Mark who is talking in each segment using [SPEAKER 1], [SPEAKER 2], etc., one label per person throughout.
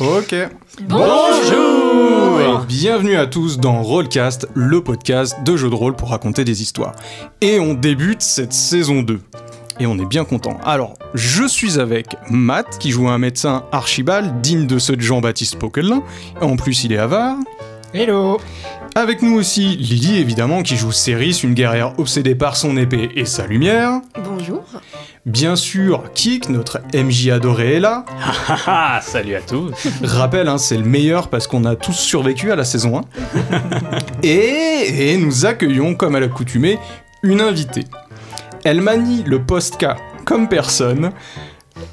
[SPEAKER 1] Ok.
[SPEAKER 2] Bonjour Bienvenue à tous dans Rollcast, le podcast de jeux de rôle pour raconter des histoires. Et on débute cette saison 2. Et on est bien content. Alors, je suis avec Matt, qui joue un médecin Archibald, digne de ceux de Jean-Baptiste Poquelin. En plus, il est avare.
[SPEAKER 3] Hello
[SPEAKER 2] Avec nous aussi Lily, évidemment, qui joue Céris, une guerrière obsédée par son épée et sa lumière.
[SPEAKER 4] Bonjour.
[SPEAKER 2] Bien sûr, Kik, notre MJ adoré, est là.
[SPEAKER 5] Ah, salut à tous
[SPEAKER 2] Rappel, hein, c'est le meilleur parce qu'on a tous survécu à la saison 1. et, et nous accueillons, comme à l'accoutumée, une invitée. Elle manie le post-K comme personne.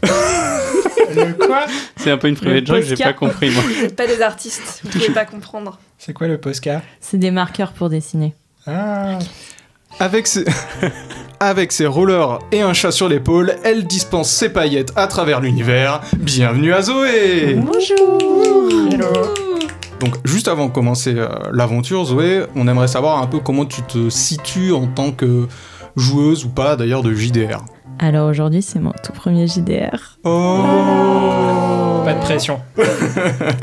[SPEAKER 3] Le quoi
[SPEAKER 5] C'est un peu une privée de joke, j'ai pas compris moi.
[SPEAKER 4] Vous n'êtes pas des artistes, vous pouvez pas comprendre.
[SPEAKER 3] C'est quoi le Posca
[SPEAKER 6] C'est des marqueurs pour dessiner.
[SPEAKER 3] Ah
[SPEAKER 2] Avec ses... Avec ses rollers et un chat sur l'épaule, elle dispense ses paillettes à travers l'univers. Bienvenue à Zoé
[SPEAKER 4] Bonjour.
[SPEAKER 3] Hello.
[SPEAKER 2] Donc juste avant de commencer euh, l'aventure, Zoé, on aimerait savoir un peu comment tu te situes en tant que joueuse ou pas d'ailleurs de JDR.
[SPEAKER 6] Alors aujourd'hui, c'est mon tout premier JDR.
[SPEAKER 2] Oh
[SPEAKER 3] Pas de pression.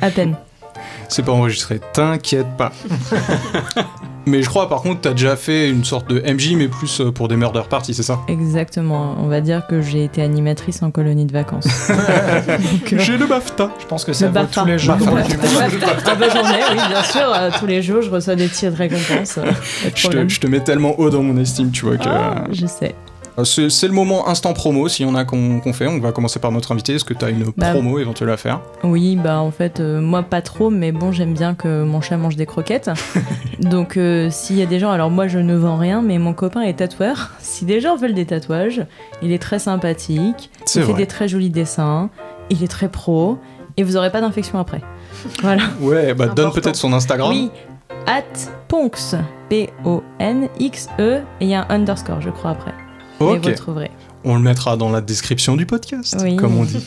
[SPEAKER 6] À peine.
[SPEAKER 2] C'est pas enregistré, t'inquiète pas. mais je crois par contre t'as déjà fait une sorte de MJ mais plus euh, pour des murder parties, c'est ça
[SPEAKER 6] Exactement. On va dire que j'ai été animatrice en colonie de vacances. Donc, euh,
[SPEAKER 2] J'ai le BAFTA Bah,
[SPEAKER 3] Je pense que ça
[SPEAKER 6] Le
[SPEAKER 3] vaut
[SPEAKER 6] BAFTA.
[SPEAKER 3] tous les jours.
[SPEAKER 6] Le
[SPEAKER 3] Ouais.
[SPEAKER 6] ah bah, j'en ai, oui, bien sûr. euh, tous les jours, je reçois des tirs de récompense. euh, pas de
[SPEAKER 2] je te,
[SPEAKER 6] problème.
[SPEAKER 2] je te mets tellement haut dans mon estime, tu vois que...
[SPEAKER 6] Ah, je sais.
[SPEAKER 2] Euh, C'est c'est le moment instant promo, s'il y en a qu'on qu'on fait. On va commencer par notre invité. Est-ce que t'as une
[SPEAKER 6] Bah,
[SPEAKER 2] promo éventuelle à faire
[SPEAKER 6] Oui, bah en fait, euh, moi pas trop, mais bon, j'aime bien que mon chat mange des croquettes. Donc, euh, s'il y a des gens, alors moi je ne vends rien, mais mon copain est tatoueur. Si des gens veulent des tatouages, il est très sympathique,
[SPEAKER 2] C'est
[SPEAKER 6] il fait
[SPEAKER 2] vrai.
[SPEAKER 6] des très jolis dessins, il est très pro, et vous aurez pas d'infection après. Voilà.
[SPEAKER 2] Ouais, bah donne
[SPEAKER 4] Important.
[SPEAKER 2] peut-être son Instagram.
[SPEAKER 6] Oui, at Ponx, P-O-N-X-E, E, et il y a un underscore, je crois, après. Et
[SPEAKER 2] ok.
[SPEAKER 6] vous le trouverez.
[SPEAKER 2] On le mettra dans la description du podcast,
[SPEAKER 6] Oui.
[SPEAKER 2] comme on dit.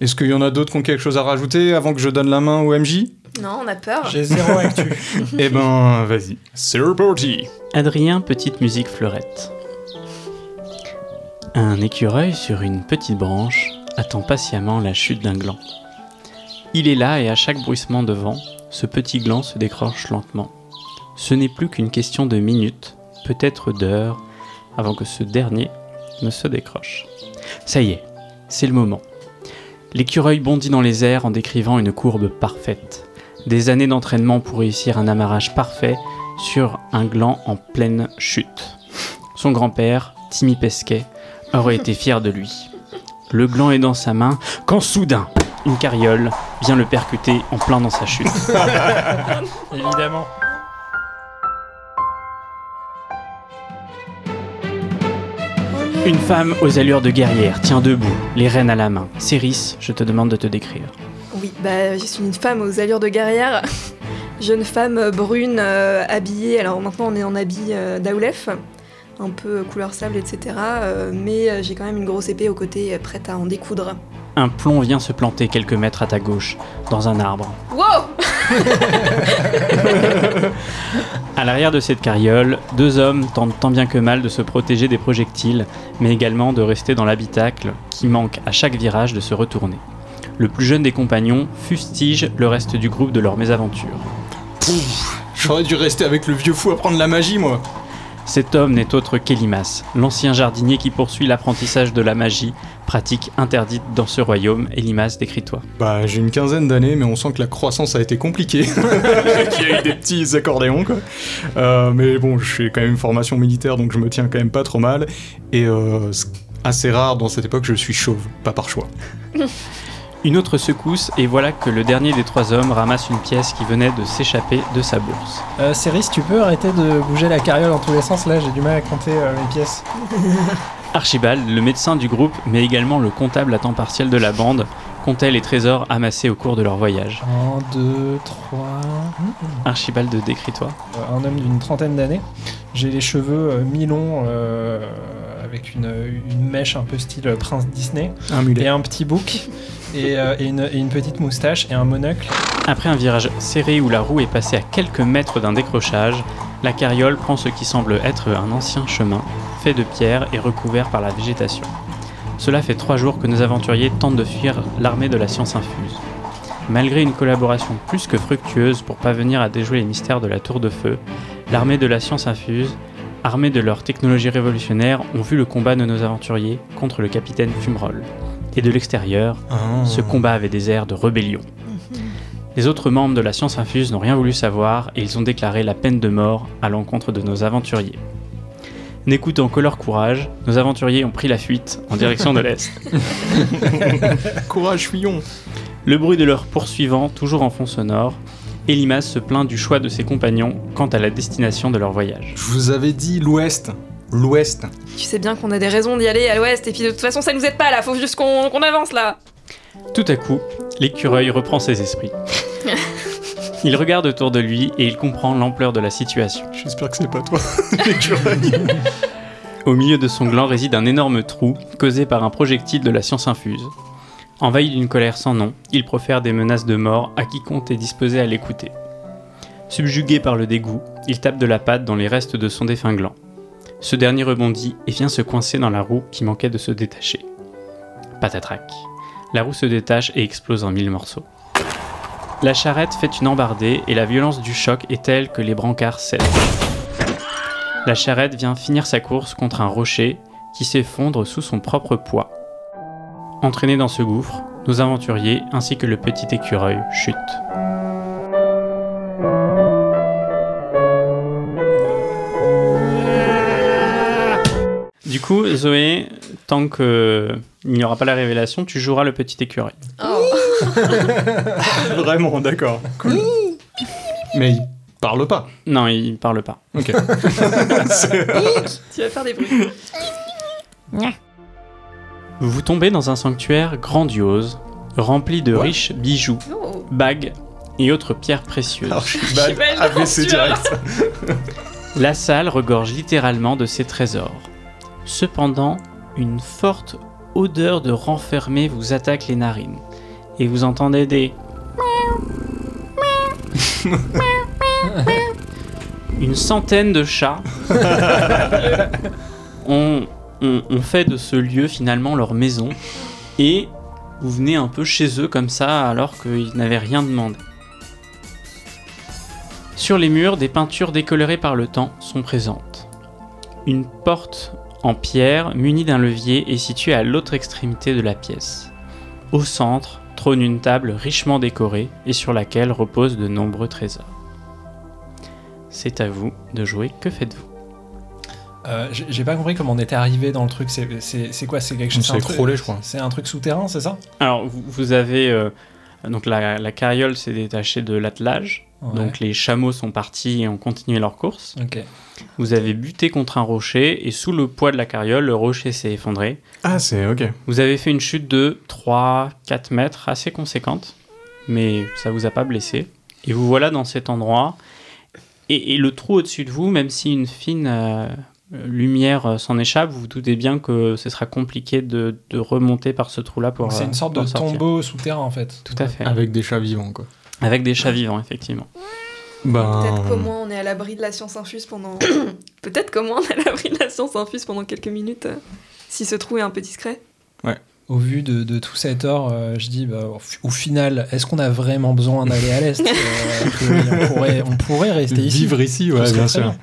[SPEAKER 2] Est-ce qu'il y en a d'autres qui ont quelque chose à rajouter avant que je donne la main au MJ
[SPEAKER 4] Non, on a peur.
[SPEAKER 3] J'ai zéro actu.
[SPEAKER 2] Eh ben, vas-y. C'est reparti
[SPEAKER 5] Adrien, petite musique fleurette. Un écureuil sur une petite branche attend patiemment la chute d'un gland. Il est là et à chaque bruissement de vent, ce petit gland se décroche lentement. Ce n'est plus qu'une question de minutes, peut-être d'heures, avant que ce dernier ne se décroche. Ça y est, c'est le moment. L'écureuil bondit dans les airs en décrivant une courbe parfaite. Des années d'entraînement pour réussir un amarrage parfait sur un gland en pleine chute. Son grand-père, Timmy Pesquet, aurait été fier de lui. Le gland est dans sa main quand soudain, une carriole vient le percuter en plein dans sa chute.
[SPEAKER 3] Évidemment.
[SPEAKER 5] Une femme aux allures de guerrière tient debout, les rênes à la main. Céris, je te demande de te décrire.
[SPEAKER 4] Oui, bah, je suis une femme aux allures de guerrière. Jeune femme euh, brune, euh, habillée. Alors maintenant, on est en habit euh, d'Aoulef, un peu couleur sable, etc. euh, mais euh, j'ai quand même une grosse épée au côté, euh, prête à en découdre.
[SPEAKER 5] Un plomb vient se planter quelques mètres à ta gauche, dans un arbre.
[SPEAKER 4] Wow
[SPEAKER 5] À l'arrière de cette carriole, deux hommes tentent tant bien que mal de se protéger des projectiles, mais également de rester dans l'habitacle qui manque à chaque virage de se retourner. Le plus jeune des compagnons fustige le reste du groupe de leur mésaventure.
[SPEAKER 2] J'aurais dû rester avec le vieux fou à prendre la magie, moi
[SPEAKER 5] Cet homme n'est autre qu'Elimas, l'ancien jardinier qui poursuit l'apprentissage de la magie, pratique interdite dans ce royaume. Elimas, décris-toi.
[SPEAKER 2] Bah, j'ai une quinzaine d'années, mais on sent que la croissance a été compliquée. Il y a eu des petits accordéons, quoi. Euh, mais bon, je suis quand même une formation militaire, donc je me tiens quand même pas trop mal. Et euh, c'est assez rare dans cette époque, je suis chauve, pas par choix.
[SPEAKER 5] Une autre secousse, et voilà que le dernier des trois hommes ramasse une pièce qui venait de s'échapper de sa bourse.
[SPEAKER 3] Euh, Céris, tu peux arrêter de bouger la carriole dans tous les sens là J'ai du mal à compter euh, mes pièces.
[SPEAKER 5] Archibald, le médecin du groupe, mais également le comptable à temps partiel de la bande, comptait les trésors amassés au cours de leur voyage.
[SPEAKER 3] 1, 2, 3.
[SPEAKER 5] Archibald, décris-toi.
[SPEAKER 3] Euh, Un homme d'une trentaine d'années. J'ai les cheveux euh, mi-longs euh, avec une, une mèche un peu style euh, prince Disney.
[SPEAKER 2] Un
[SPEAKER 3] Et
[SPEAKER 2] mulet.
[SPEAKER 3] un petit bouc. Et, euh, et une, et une petite moustache et un monocle.
[SPEAKER 5] Après un virage serré où la roue est passée à quelques mètres d'un décrochage, la carriole prend ce qui semble être un ancien chemin, fait de pierre et recouvert par la végétation. Cela fait trois jours que nos aventuriers tentent de fuir l'armée de la science infuse. Malgré une collaboration plus que fructueuse pour parvenir à déjouer les mystères de la Tour de Feu, l'armée de la science infuse, armée de leur technologie révolutionnaire, ont vu le combat de nos aventuriers contre le capitaine Fumerol. Et de l'extérieur, ce combat avait des airs de rébellion. Les autres membres de la science infuse n'ont rien voulu savoir et ils ont déclaré la peine de mort à l'encontre de nos aventuriers. N'écoutant que leur courage, nos aventuriers ont pris la fuite en direction de l'Est.
[SPEAKER 2] Courage, fuyons
[SPEAKER 5] Le bruit de leurs poursuivants, toujours en fond sonore, Elimas se plaint du choix de ses compagnons quant à la destination de leur voyage.
[SPEAKER 2] Je vous avais dit l'Ouest. L'Ouest.
[SPEAKER 4] Tu sais bien qu'on a des raisons d'y aller à l'ouest, et puis de toute façon, ça nous aide pas là, faut juste qu'on qu'on avance là.
[SPEAKER 5] Tout à coup, l'écureuil reprend ses esprits. Il regarde autour de lui et il comprend l'ampleur de la situation.
[SPEAKER 2] J'espère que c'est pas toi, l'écureuil.
[SPEAKER 5] Au milieu de son gland réside un énorme trou causé par un projectile de la science infuse. Envahi d'une colère sans nom, il profère des menaces de mort à quiconque est disposé à l'écouter. Subjugué par le dégoût, il tape de la patte dans les restes de son défunt gland. Ce dernier rebondit et vient se coincer dans la roue qui manquait de se détacher. Patatrac. La roue se détache et explose en mille morceaux. La charrette fait une embardée et la violence du choc est telle que les brancards cèdent. La charrette vient finir sa course contre un rocher qui s'effondre sous son propre poids. Entraînés dans ce gouffre, nos aventuriers ainsi que le petit écureuil chutent. Du coup, Zoé, tant qu'il n'y aura pas la révélation, tu joueras le petit écureuil.
[SPEAKER 4] Oh.
[SPEAKER 2] Vraiment, d'accord. Cool. Mais il parle pas.
[SPEAKER 5] Non, il parle pas.
[SPEAKER 2] Ok.
[SPEAKER 4] tu vas faire des bruits.
[SPEAKER 5] Vous tombez dans un sanctuaire grandiose, rempli de
[SPEAKER 2] Ouais.
[SPEAKER 5] riches bijoux,
[SPEAKER 4] Oh.
[SPEAKER 5] bagues et autres pierres précieuses.
[SPEAKER 2] Ah. Archibald,
[SPEAKER 4] J'imagine
[SPEAKER 2] AVC
[SPEAKER 4] l'aventure.
[SPEAKER 2] direct.
[SPEAKER 5] La salle regorge littéralement de ces trésors. Cependant, une forte odeur de renfermé vous attaque les narines, et vous entendez des... Une centaine de chats ont, ont- ont fait de ce lieu finalement leur maison, et vous venez un peu chez eux comme ça alors qu'ils n'avaient rien demandé. Sur les murs, des peintures décolorées par le temps sont présentes. Une porte en pierre munie d'un levier est située à l'autre extrémité de la pièce. Au centre trône une table richement décorée et sur laquelle reposent de nombreux trésors. C'est à vous de jouer, que faites-vous
[SPEAKER 3] Euh, j'ai j'ai pas compris comment on était arrivé dans le truc. C'est- C'est c'est quoi C'est quelque
[SPEAKER 2] On
[SPEAKER 3] chose. c'est un
[SPEAKER 2] s'est
[SPEAKER 3] truc-
[SPEAKER 2] écroulé, je crois.
[SPEAKER 3] C'est un truc souterrain, c'est ça
[SPEAKER 5] Alors vous, vous avez... euh, donc la, la carriole s'est détachée de l'attelage,
[SPEAKER 3] Ouais.
[SPEAKER 5] donc les chameaux sont partis et ont continué leur course.
[SPEAKER 3] Ok.
[SPEAKER 5] Vous avez buté contre un rocher et sous le poids de la carriole, le rocher s'est effondré
[SPEAKER 2] Ah, c'est ok.
[SPEAKER 5] Vous avez fait une chute de 3-4 mètres assez conséquente, mais ça vous a pas blessé. Et vous voilà dans cet endroit. Et, et le trou au-dessus de vous, même si une fine euh, lumière euh, s'en échappe, vous vous doutez bien que ce sera compliqué de, de remonter par ce trou-là pour.
[SPEAKER 3] Donc C'est
[SPEAKER 5] euh,
[SPEAKER 3] une sorte
[SPEAKER 5] pour
[SPEAKER 3] de
[SPEAKER 5] sortir.
[SPEAKER 3] tombeau Ah. souterrain en fait.
[SPEAKER 5] Tout à fait.
[SPEAKER 2] Avec des chats vivants, quoi.
[SPEAKER 5] Avec des chats vivants, effectivement.
[SPEAKER 4] Peut-être qu'au
[SPEAKER 2] Ben.
[SPEAKER 4] moins on est à l'abri de la science infuse pendant. Peut-être qu'au moins on est à l'abri de la science infuse pendant quelques minutes, euh, si ce trou est un peu discret.
[SPEAKER 3] Au vu de, de tout cet or, euh, je dis, bah, au, fi- au final, est-ce qu'on a vraiment besoin d'aller à l'Est Euh, que- on, pourrait, on pourrait rester ici.
[SPEAKER 2] Vivre ici,
[SPEAKER 3] Ce
[SPEAKER 2] ouais,
[SPEAKER 3] serait
[SPEAKER 2] bien
[SPEAKER 3] très
[SPEAKER 2] sûr.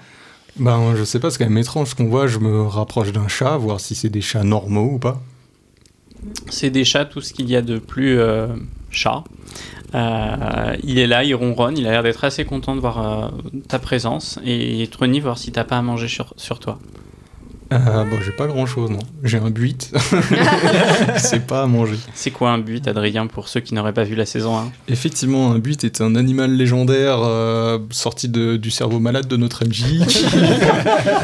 [SPEAKER 2] Ben, je sais pas, c'est quand même étrange ce qu'on voit. Je me rapproche d'un chat, voir si c'est des chats normaux ou pas.
[SPEAKER 5] C'est des chats, tout ce qu'il y a de plus euh, chat. Euh, il est là, il ronronne, il a l'air d'être assez content de voir euh, ta présence et Trony, voir si t'as pas à manger sur, sur toi.
[SPEAKER 2] Euh, bon, j'ai pas grand chose, non. J'ai un buit. c'est pas à manger.
[SPEAKER 5] C'est quoi un but, Adrien, pour ceux qui n'auraient pas vu la saison hein 1
[SPEAKER 2] Effectivement, un buit est un animal légendaire euh, sorti de- du cerveau malade de notre MJ, qui,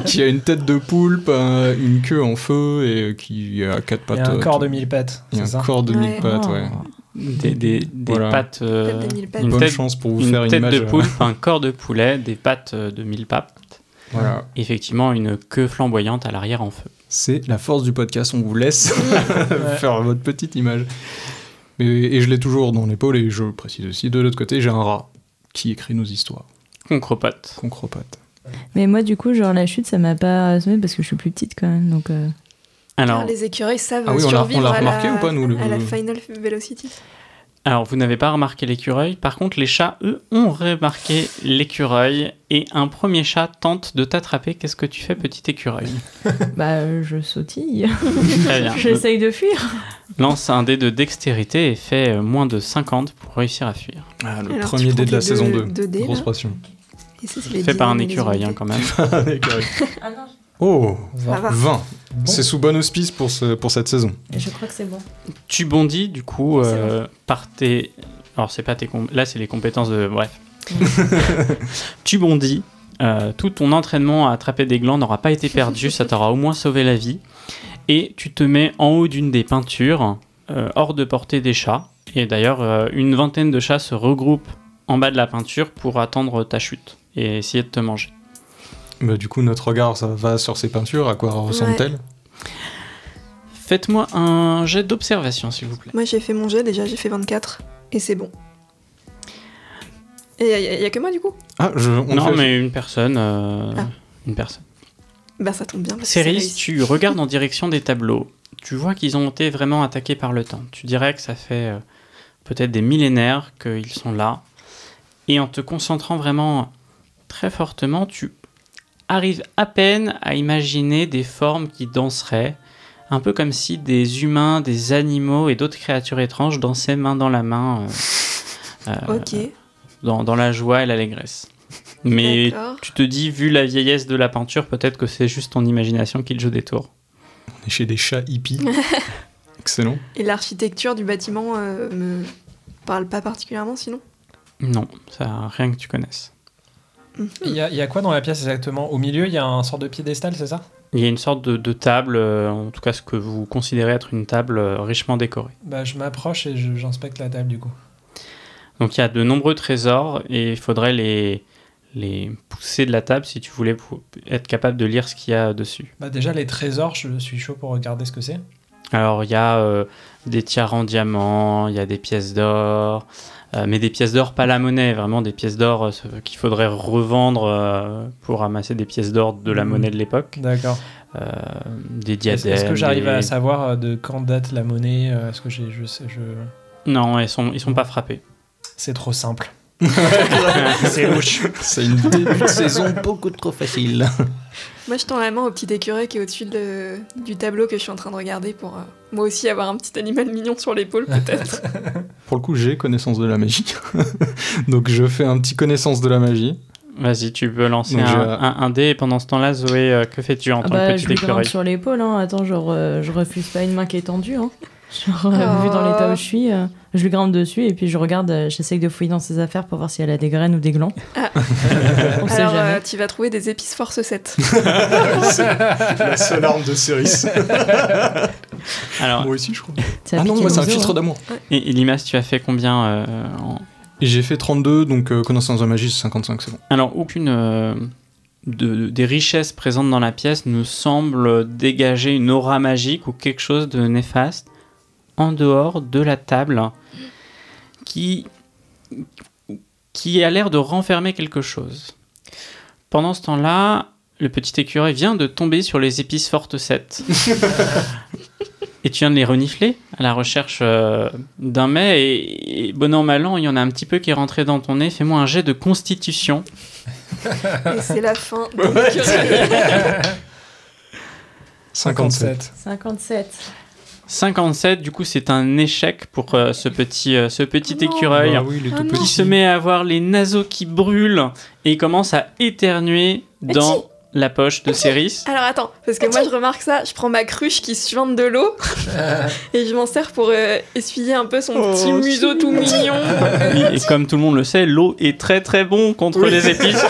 [SPEAKER 2] qui a une tête de poulpe, euh, une queue en feu et euh, qui a quatre
[SPEAKER 3] Il y
[SPEAKER 2] pattes.
[SPEAKER 3] a un
[SPEAKER 2] euh,
[SPEAKER 3] corps de
[SPEAKER 2] tout-
[SPEAKER 3] mille pattes,
[SPEAKER 2] il y a
[SPEAKER 3] c'est
[SPEAKER 2] un
[SPEAKER 3] ça
[SPEAKER 2] corps de mille
[SPEAKER 4] Ouais.
[SPEAKER 2] pattes, ouais.
[SPEAKER 5] Des, des- des
[SPEAKER 2] Voilà.
[SPEAKER 5] pattes. euh,
[SPEAKER 4] Peut-être des mille pattes.
[SPEAKER 5] une
[SPEAKER 2] Bonne
[SPEAKER 5] tête,
[SPEAKER 2] chance pour vous
[SPEAKER 5] une
[SPEAKER 2] faire une
[SPEAKER 5] tête
[SPEAKER 2] image.
[SPEAKER 5] de
[SPEAKER 2] euh,
[SPEAKER 5] poulpe, un corps de poulet, des pattes euh, de mille pattes.
[SPEAKER 2] Voilà.
[SPEAKER 5] Effectivement, une queue flamboyante à l'arrière en feu.
[SPEAKER 2] C'est la force du podcast, on vous laisse
[SPEAKER 3] Ouais.
[SPEAKER 2] faire votre petite image. Et, et je l'ai toujours dans l'épaule, et je précise aussi, de l'autre côté, j'ai un rat qui écrit nos histoires,
[SPEAKER 5] Qu'on crepote.
[SPEAKER 2] qu'on cropote.
[SPEAKER 6] Mais moi, du coup, genre la chute, ça m'a pas assommé parce que je suis plus petite quand même. Donc, euh,
[SPEAKER 5] Alors,
[SPEAKER 4] Car les écureuils savent
[SPEAKER 2] Ah oui, on l'a- on l'a
[SPEAKER 4] survivre à
[SPEAKER 2] remarqué
[SPEAKER 4] la-
[SPEAKER 2] ou pas, nous, le-
[SPEAKER 4] à la Final Velocity.
[SPEAKER 5] alors vous n'avez pas remarqué l'écureuil. Par contre, les chats, eux, ont remarqué l'écureuil. Et un premier chat tente de t'attraper. Qu'est-ce que tu fais, petit écureuil
[SPEAKER 6] Bah, euh, je sautille.
[SPEAKER 5] Très bien.
[SPEAKER 6] J'essaye de fuir.
[SPEAKER 5] Lance un dé de dextérité et fait euh, moins de 50 pour réussir à fuir.
[SPEAKER 2] Ah, le
[SPEAKER 4] Alors, tu
[SPEAKER 2] premier dé de la
[SPEAKER 4] comptes les
[SPEAKER 2] saison
[SPEAKER 4] deux-
[SPEAKER 2] 2.
[SPEAKER 4] deux dés,
[SPEAKER 2] Grosse
[SPEAKER 4] là.
[SPEAKER 2] passion.
[SPEAKER 4] Et ça, c'est les
[SPEAKER 5] Fait
[SPEAKER 4] dés,
[SPEAKER 5] par un
[SPEAKER 4] les
[SPEAKER 5] écureuil, hein,
[SPEAKER 4] unités.
[SPEAKER 5] quand même.
[SPEAKER 2] Ah, oh,
[SPEAKER 4] Ça va.
[SPEAKER 2] 20.
[SPEAKER 3] Bon.
[SPEAKER 2] C'est sous bon auspice pour, ce- pour cette saison.
[SPEAKER 6] Je crois que c'est bon.
[SPEAKER 5] Tu bondis du coup
[SPEAKER 6] C'est
[SPEAKER 5] euh, par tes. Alors c'est pas tes com- là c'est les compétences de bref. tu bondis. euh, tout ton entraînement à attraper des glands n'aura pas été perdu, ça t'aura au moins sauvé la vie. Et tu te mets en haut d'une des peintures, euh, hors de portée des chats. Et d'ailleurs, euh, une vingtaine de chats se regroupent en bas de la peinture pour attendre ta chute et essayer de te manger.
[SPEAKER 2] Bah, du coup, notre regard ça va sur ces peintures. À quoi ressemblent-elles
[SPEAKER 5] Faites-moi un jet d'observation, s'il vous plaît.
[SPEAKER 4] Moi, j'ai fait mon jet déjà, j'ai fait 24. Et c'est bon. Et il n'y a que moi, du coup
[SPEAKER 2] Ah, je, on
[SPEAKER 5] non,
[SPEAKER 2] fait-
[SPEAKER 5] mais une personne. euh,
[SPEAKER 4] Ah.
[SPEAKER 5] Une personne.
[SPEAKER 4] Bah, ça tombe bien. parce que c'est
[SPEAKER 5] Céris,
[SPEAKER 4] réussi.
[SPEAKER 5] tu regardes en direction des tableaux. Tu vois qu'ils ont été vraiment attaqués par le temps. Tu dirais que ça fait euh, peut-être des millénaires qu'ils sont là. Et en te concentrant vraiment très fortement, tu arrives à peine à imaginer des formes qui danseraient. Un peu comme si des humains, des animaux et d'autres créatures étranges dansaient main dans la main, euh, euh,
[SPEAKER 4] Ok,
[SPEAKER 5] dans, dans la joie et l'allégresse. Mais
[SPEAKER 4] d'accord.
[SPEAKER 5] tu te dis, vu la vieillesse de la peinture, peut-être que c'est juste ton imagination qui le joue des tours.
[SPEAKER 2] on est chez des chats hippies. Excellent.
[SPEAKER 4] Et l'architecture du bâtiment euh, me parle pas particulièrement, sinon
[SPEAKER 5] Non, ça rien que tu connaisses.
[SPEAKER 3] Il y, a- il y a quoi dans la pièce exactement Au milieu, il y a un sort de piédestal, c'est ça
[SPEAKER 5] Il y a une sorte de, de table, euh, en tout cas ce que vous considérez être une table euh, richement décorée.
[SPEAKER 3] Bah, je m'approche et je- j'inspecte la table du coup.
[SPEAKER 5] Donc il y a de nombreux trésors et il faudrait les, les pousser de la table si tu voulais pou- être capable de lire ce qu'il y a dessus.
[SPEAKER 3] Bah, déjà, les trésors, je suis chaud pour regarder ce que c'est.
[SPEAKER 5] Alors il y a euh, des tiares en diamant, il y a des pièces d'or, euh, mais des pièces d'or pas la monnaie, vraiment des pièces d'or euh, ce- qu'il faudrait revendre euh, pour ramasser des pièces d'or de la
[SPEAKER 3] Mhm.
[SPEAKER 5] monnaie de l'époque.
[SPEAKER 3] D'accord.
[SPEAKER 5] Euh, des
[SPEAKER 3] Est-ce
[SPEAKER 5] diadèmes.
[SPEAKER 3] est-ce que j'arrive
[SPEAKER 5] des-
[SPEAKER 3] à savoir euh, de quand date la monnaie euh, Est-ce que j'ai- je sais, je...
[SPEAKER 5] Non, ils sont, ils sont pas frappés.
[SPEAKER 3] C'est trop simple.
[SPEAKER 2] C'est louche. C'est une début de saison beaucoup trop facile.
[SPEAKER 4] Moi, je tends la main au petit écureuil qui est au-dessus de- du tableau que je suis en train de regarder pour euh, moi aussi avoir un petit animal mignon sur l'épaule,
[SPEAKER 6] Ah,
[SPEAKER 4] peut-être.
[SPEAKER 2] Pour le coup, j'ai connaissance de la magie. Donc, je fais un petit connaissance de la magie.
[SPEAKER 5] Vas-y, tu peux lancer
[SPEAKER 2] Donc,
[SPEAKER 5] un,
[SPEAKER 2] j'ai-
[SPEAKER 5] un- un dé. Et pendant ce temps-là, Zoé, euh, que fais-tu en
[SPEAKER 6] Ah
[SPEAKER 5] tant
[SPEAKER 6] bah,
[SPEAKER 5] que
[SPEAKER 6] je
[SPEAKER 5] petit
[SPEAKER 6] lui grimpe
[SPEAKER 5] écureuil
[SPEAKER 6] sur l'épaule. Hein. Attends, genre, euh, je refuse pas une main qui est tendue. Hein. Genre, euh,
[SPEAKER 4] Oh.
[SPEAKER 6] vu dans l'état où je suis, euh, je lui grimpe dessus et puis je regarde, euh, j'essaye de fouiller dans ses affaires pour voir si elle a des graines ou des glands.
[SPEAKER 4] Ah.
[SPEAKER 6] On sait
[SPEAKER 4] Alors,
[SPEAKER 6] jamais.
[SPEAKER 4] euh, tu vas trouver des épices force 7.
[SPEAKER 2] La seule arme de Céris.
[SPEAKER 5] Alors,
[SPEAKER 2] Moi aussi, je crois.
[SPEAKER 6] Ça a
[SPEAKER 2] ah non,
[SPEAKER 6] piqué
[SPEAKER 2] moi, c'est
[SPEAKER 6] mon
[SPEAKER 2] un
[SPEAKER 6] zoo,
[SPEAKER 2] filtre
[SPEAKER 6] hein.
[SPEAKER 2] d'amour.
[SPEAKER 5] et- et Limas, tu as fait combien euh, en-
[SPEAKER 2] Et j'ai fait 32, donc euh, connaissance de la magie, c'est 55, c'est bon.
[SPEAKER 5] Alors, aucune euh, de- des richesses présentes dans la pièce ne semble dégager une aura magique ou quelque chose de néfaste en dehors de la table qui, qui a l'air de renfermer quelque chose. Pendant ce temps-là, le petit écureuil vient de tomber sur les épices fortes 7. Et tu viens de les renifler à la recherche euh, d'un mets. Et, et bon an, mal an, il y en a un petit peu qui est rentré dans ton nez. Fais-moi un jet de constitution.
[SPEAKER 4] Et c'est la fin de l'écureuil.
[SPEAKER 2] 57.
[SPEAKER 6] 57.
[SPEAKER 5] 57, du coup, c'est un échec pour euh, ce petit, euh, ce petit
[SPEAKER 4] Oh non.
[SPEAKER 5] écureuil
[SPEAKER 2] Bah oui, il est
[SPEAKER 4] Ah
[SPEAKER 2] tout
[SPEAKER 4] non.
[SPEAKER 5] qui
[SPEAKER 2] petit.
[SPEAKER 5] se met à avoir les naseaux qui brûlent et commence à éternuer dans la poche de Céris.
[SPEAKER 4] Alors, attends, parce que moi, je remarque ça, je prends ma cruche qui suinte de l'eau
[SPEAKER 6] Euh.
[SPEAKER 4] et je m'en sers pour euh, essuyer un peu son
[SPEAKER 6] Oh,
[SPEAKER 4] petit museau tout mignon.
[SPEAKER 5] Et comme tout le monde le sait, l'eau est très très bon contre
[SPEAKER 2] Oui.
[SPEAKER 5] les épices.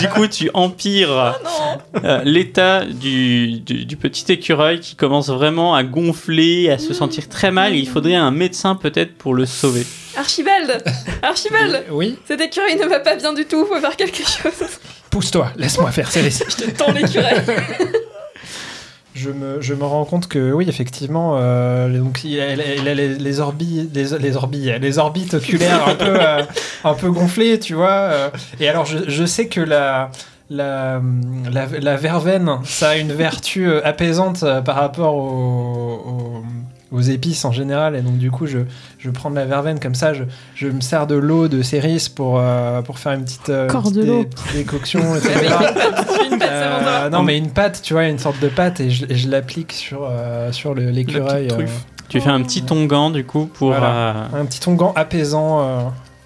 [SPEAKER 5] du coup, tu empires
[SPEAKER 4] Non,
[SPEAKER 5] euh, l'état du, du- du petit écureuil qui commence vraiment à gonfler, à se sentir très mal. Il faudrait un médecin peut-être pour le sauver.
[SPEAKER 4] Archibald Archibald
[SPEAKER 3] Oui
[SPEAKER 4] Cet écureuil ne va pas bien du tout, faut faire quelque chose.
[SPEAKER 3] Pousse-toi, laisse-moi faire, c'est
[SPEAKER 4] Je te tends l'écureuil.
[SPEAKER 3] Je me, je me rends compte que oui, effectivement, euh, donc il a, il a- il a les, les orbi- les, les orbi- les orbites oculaires un peu, euh, un peu gonflées, tu vois. euh, et alors, je, je sais que la, la, la, la verveine, ça a une vertu euh, apaisante euh, par rapport aux, aux- aux épices en général. Et donc, du coup, je, je prends de la verveine comme ça. Je, je me sers de l'eau de céris pour, euh, pour faire une petite, euh,
[SPEAKER 6] Encore
[SPEAKER 3] petite
[SPEAKER 6] de
[SPEAKER 3] dé-
[SPEAKER 6] l'eau.
[SPEAKER 3] petite décoction, etc.
[SPEAKER 4] Une passe avant
[SPEAKER 3] Euh,
[SPEAKER 4] d'avoir-
[SPEAKER 3] non, mais une pâte, tu vois, une sorte de pâte, et je, et je l'applique sur, euh, sur le- l'écureuil.
[SPEAKER 2] petite
[SPEAKER 3] euh,
[SPEAKER 2] truffe.
[SPEAKER 5] Tu fais un petit onguent du coup pour.
[SPEAKER 3] Voilà.
[SPEAKER 5] euh,
[SPEAKER 3] un petit onguent apaisant. euh.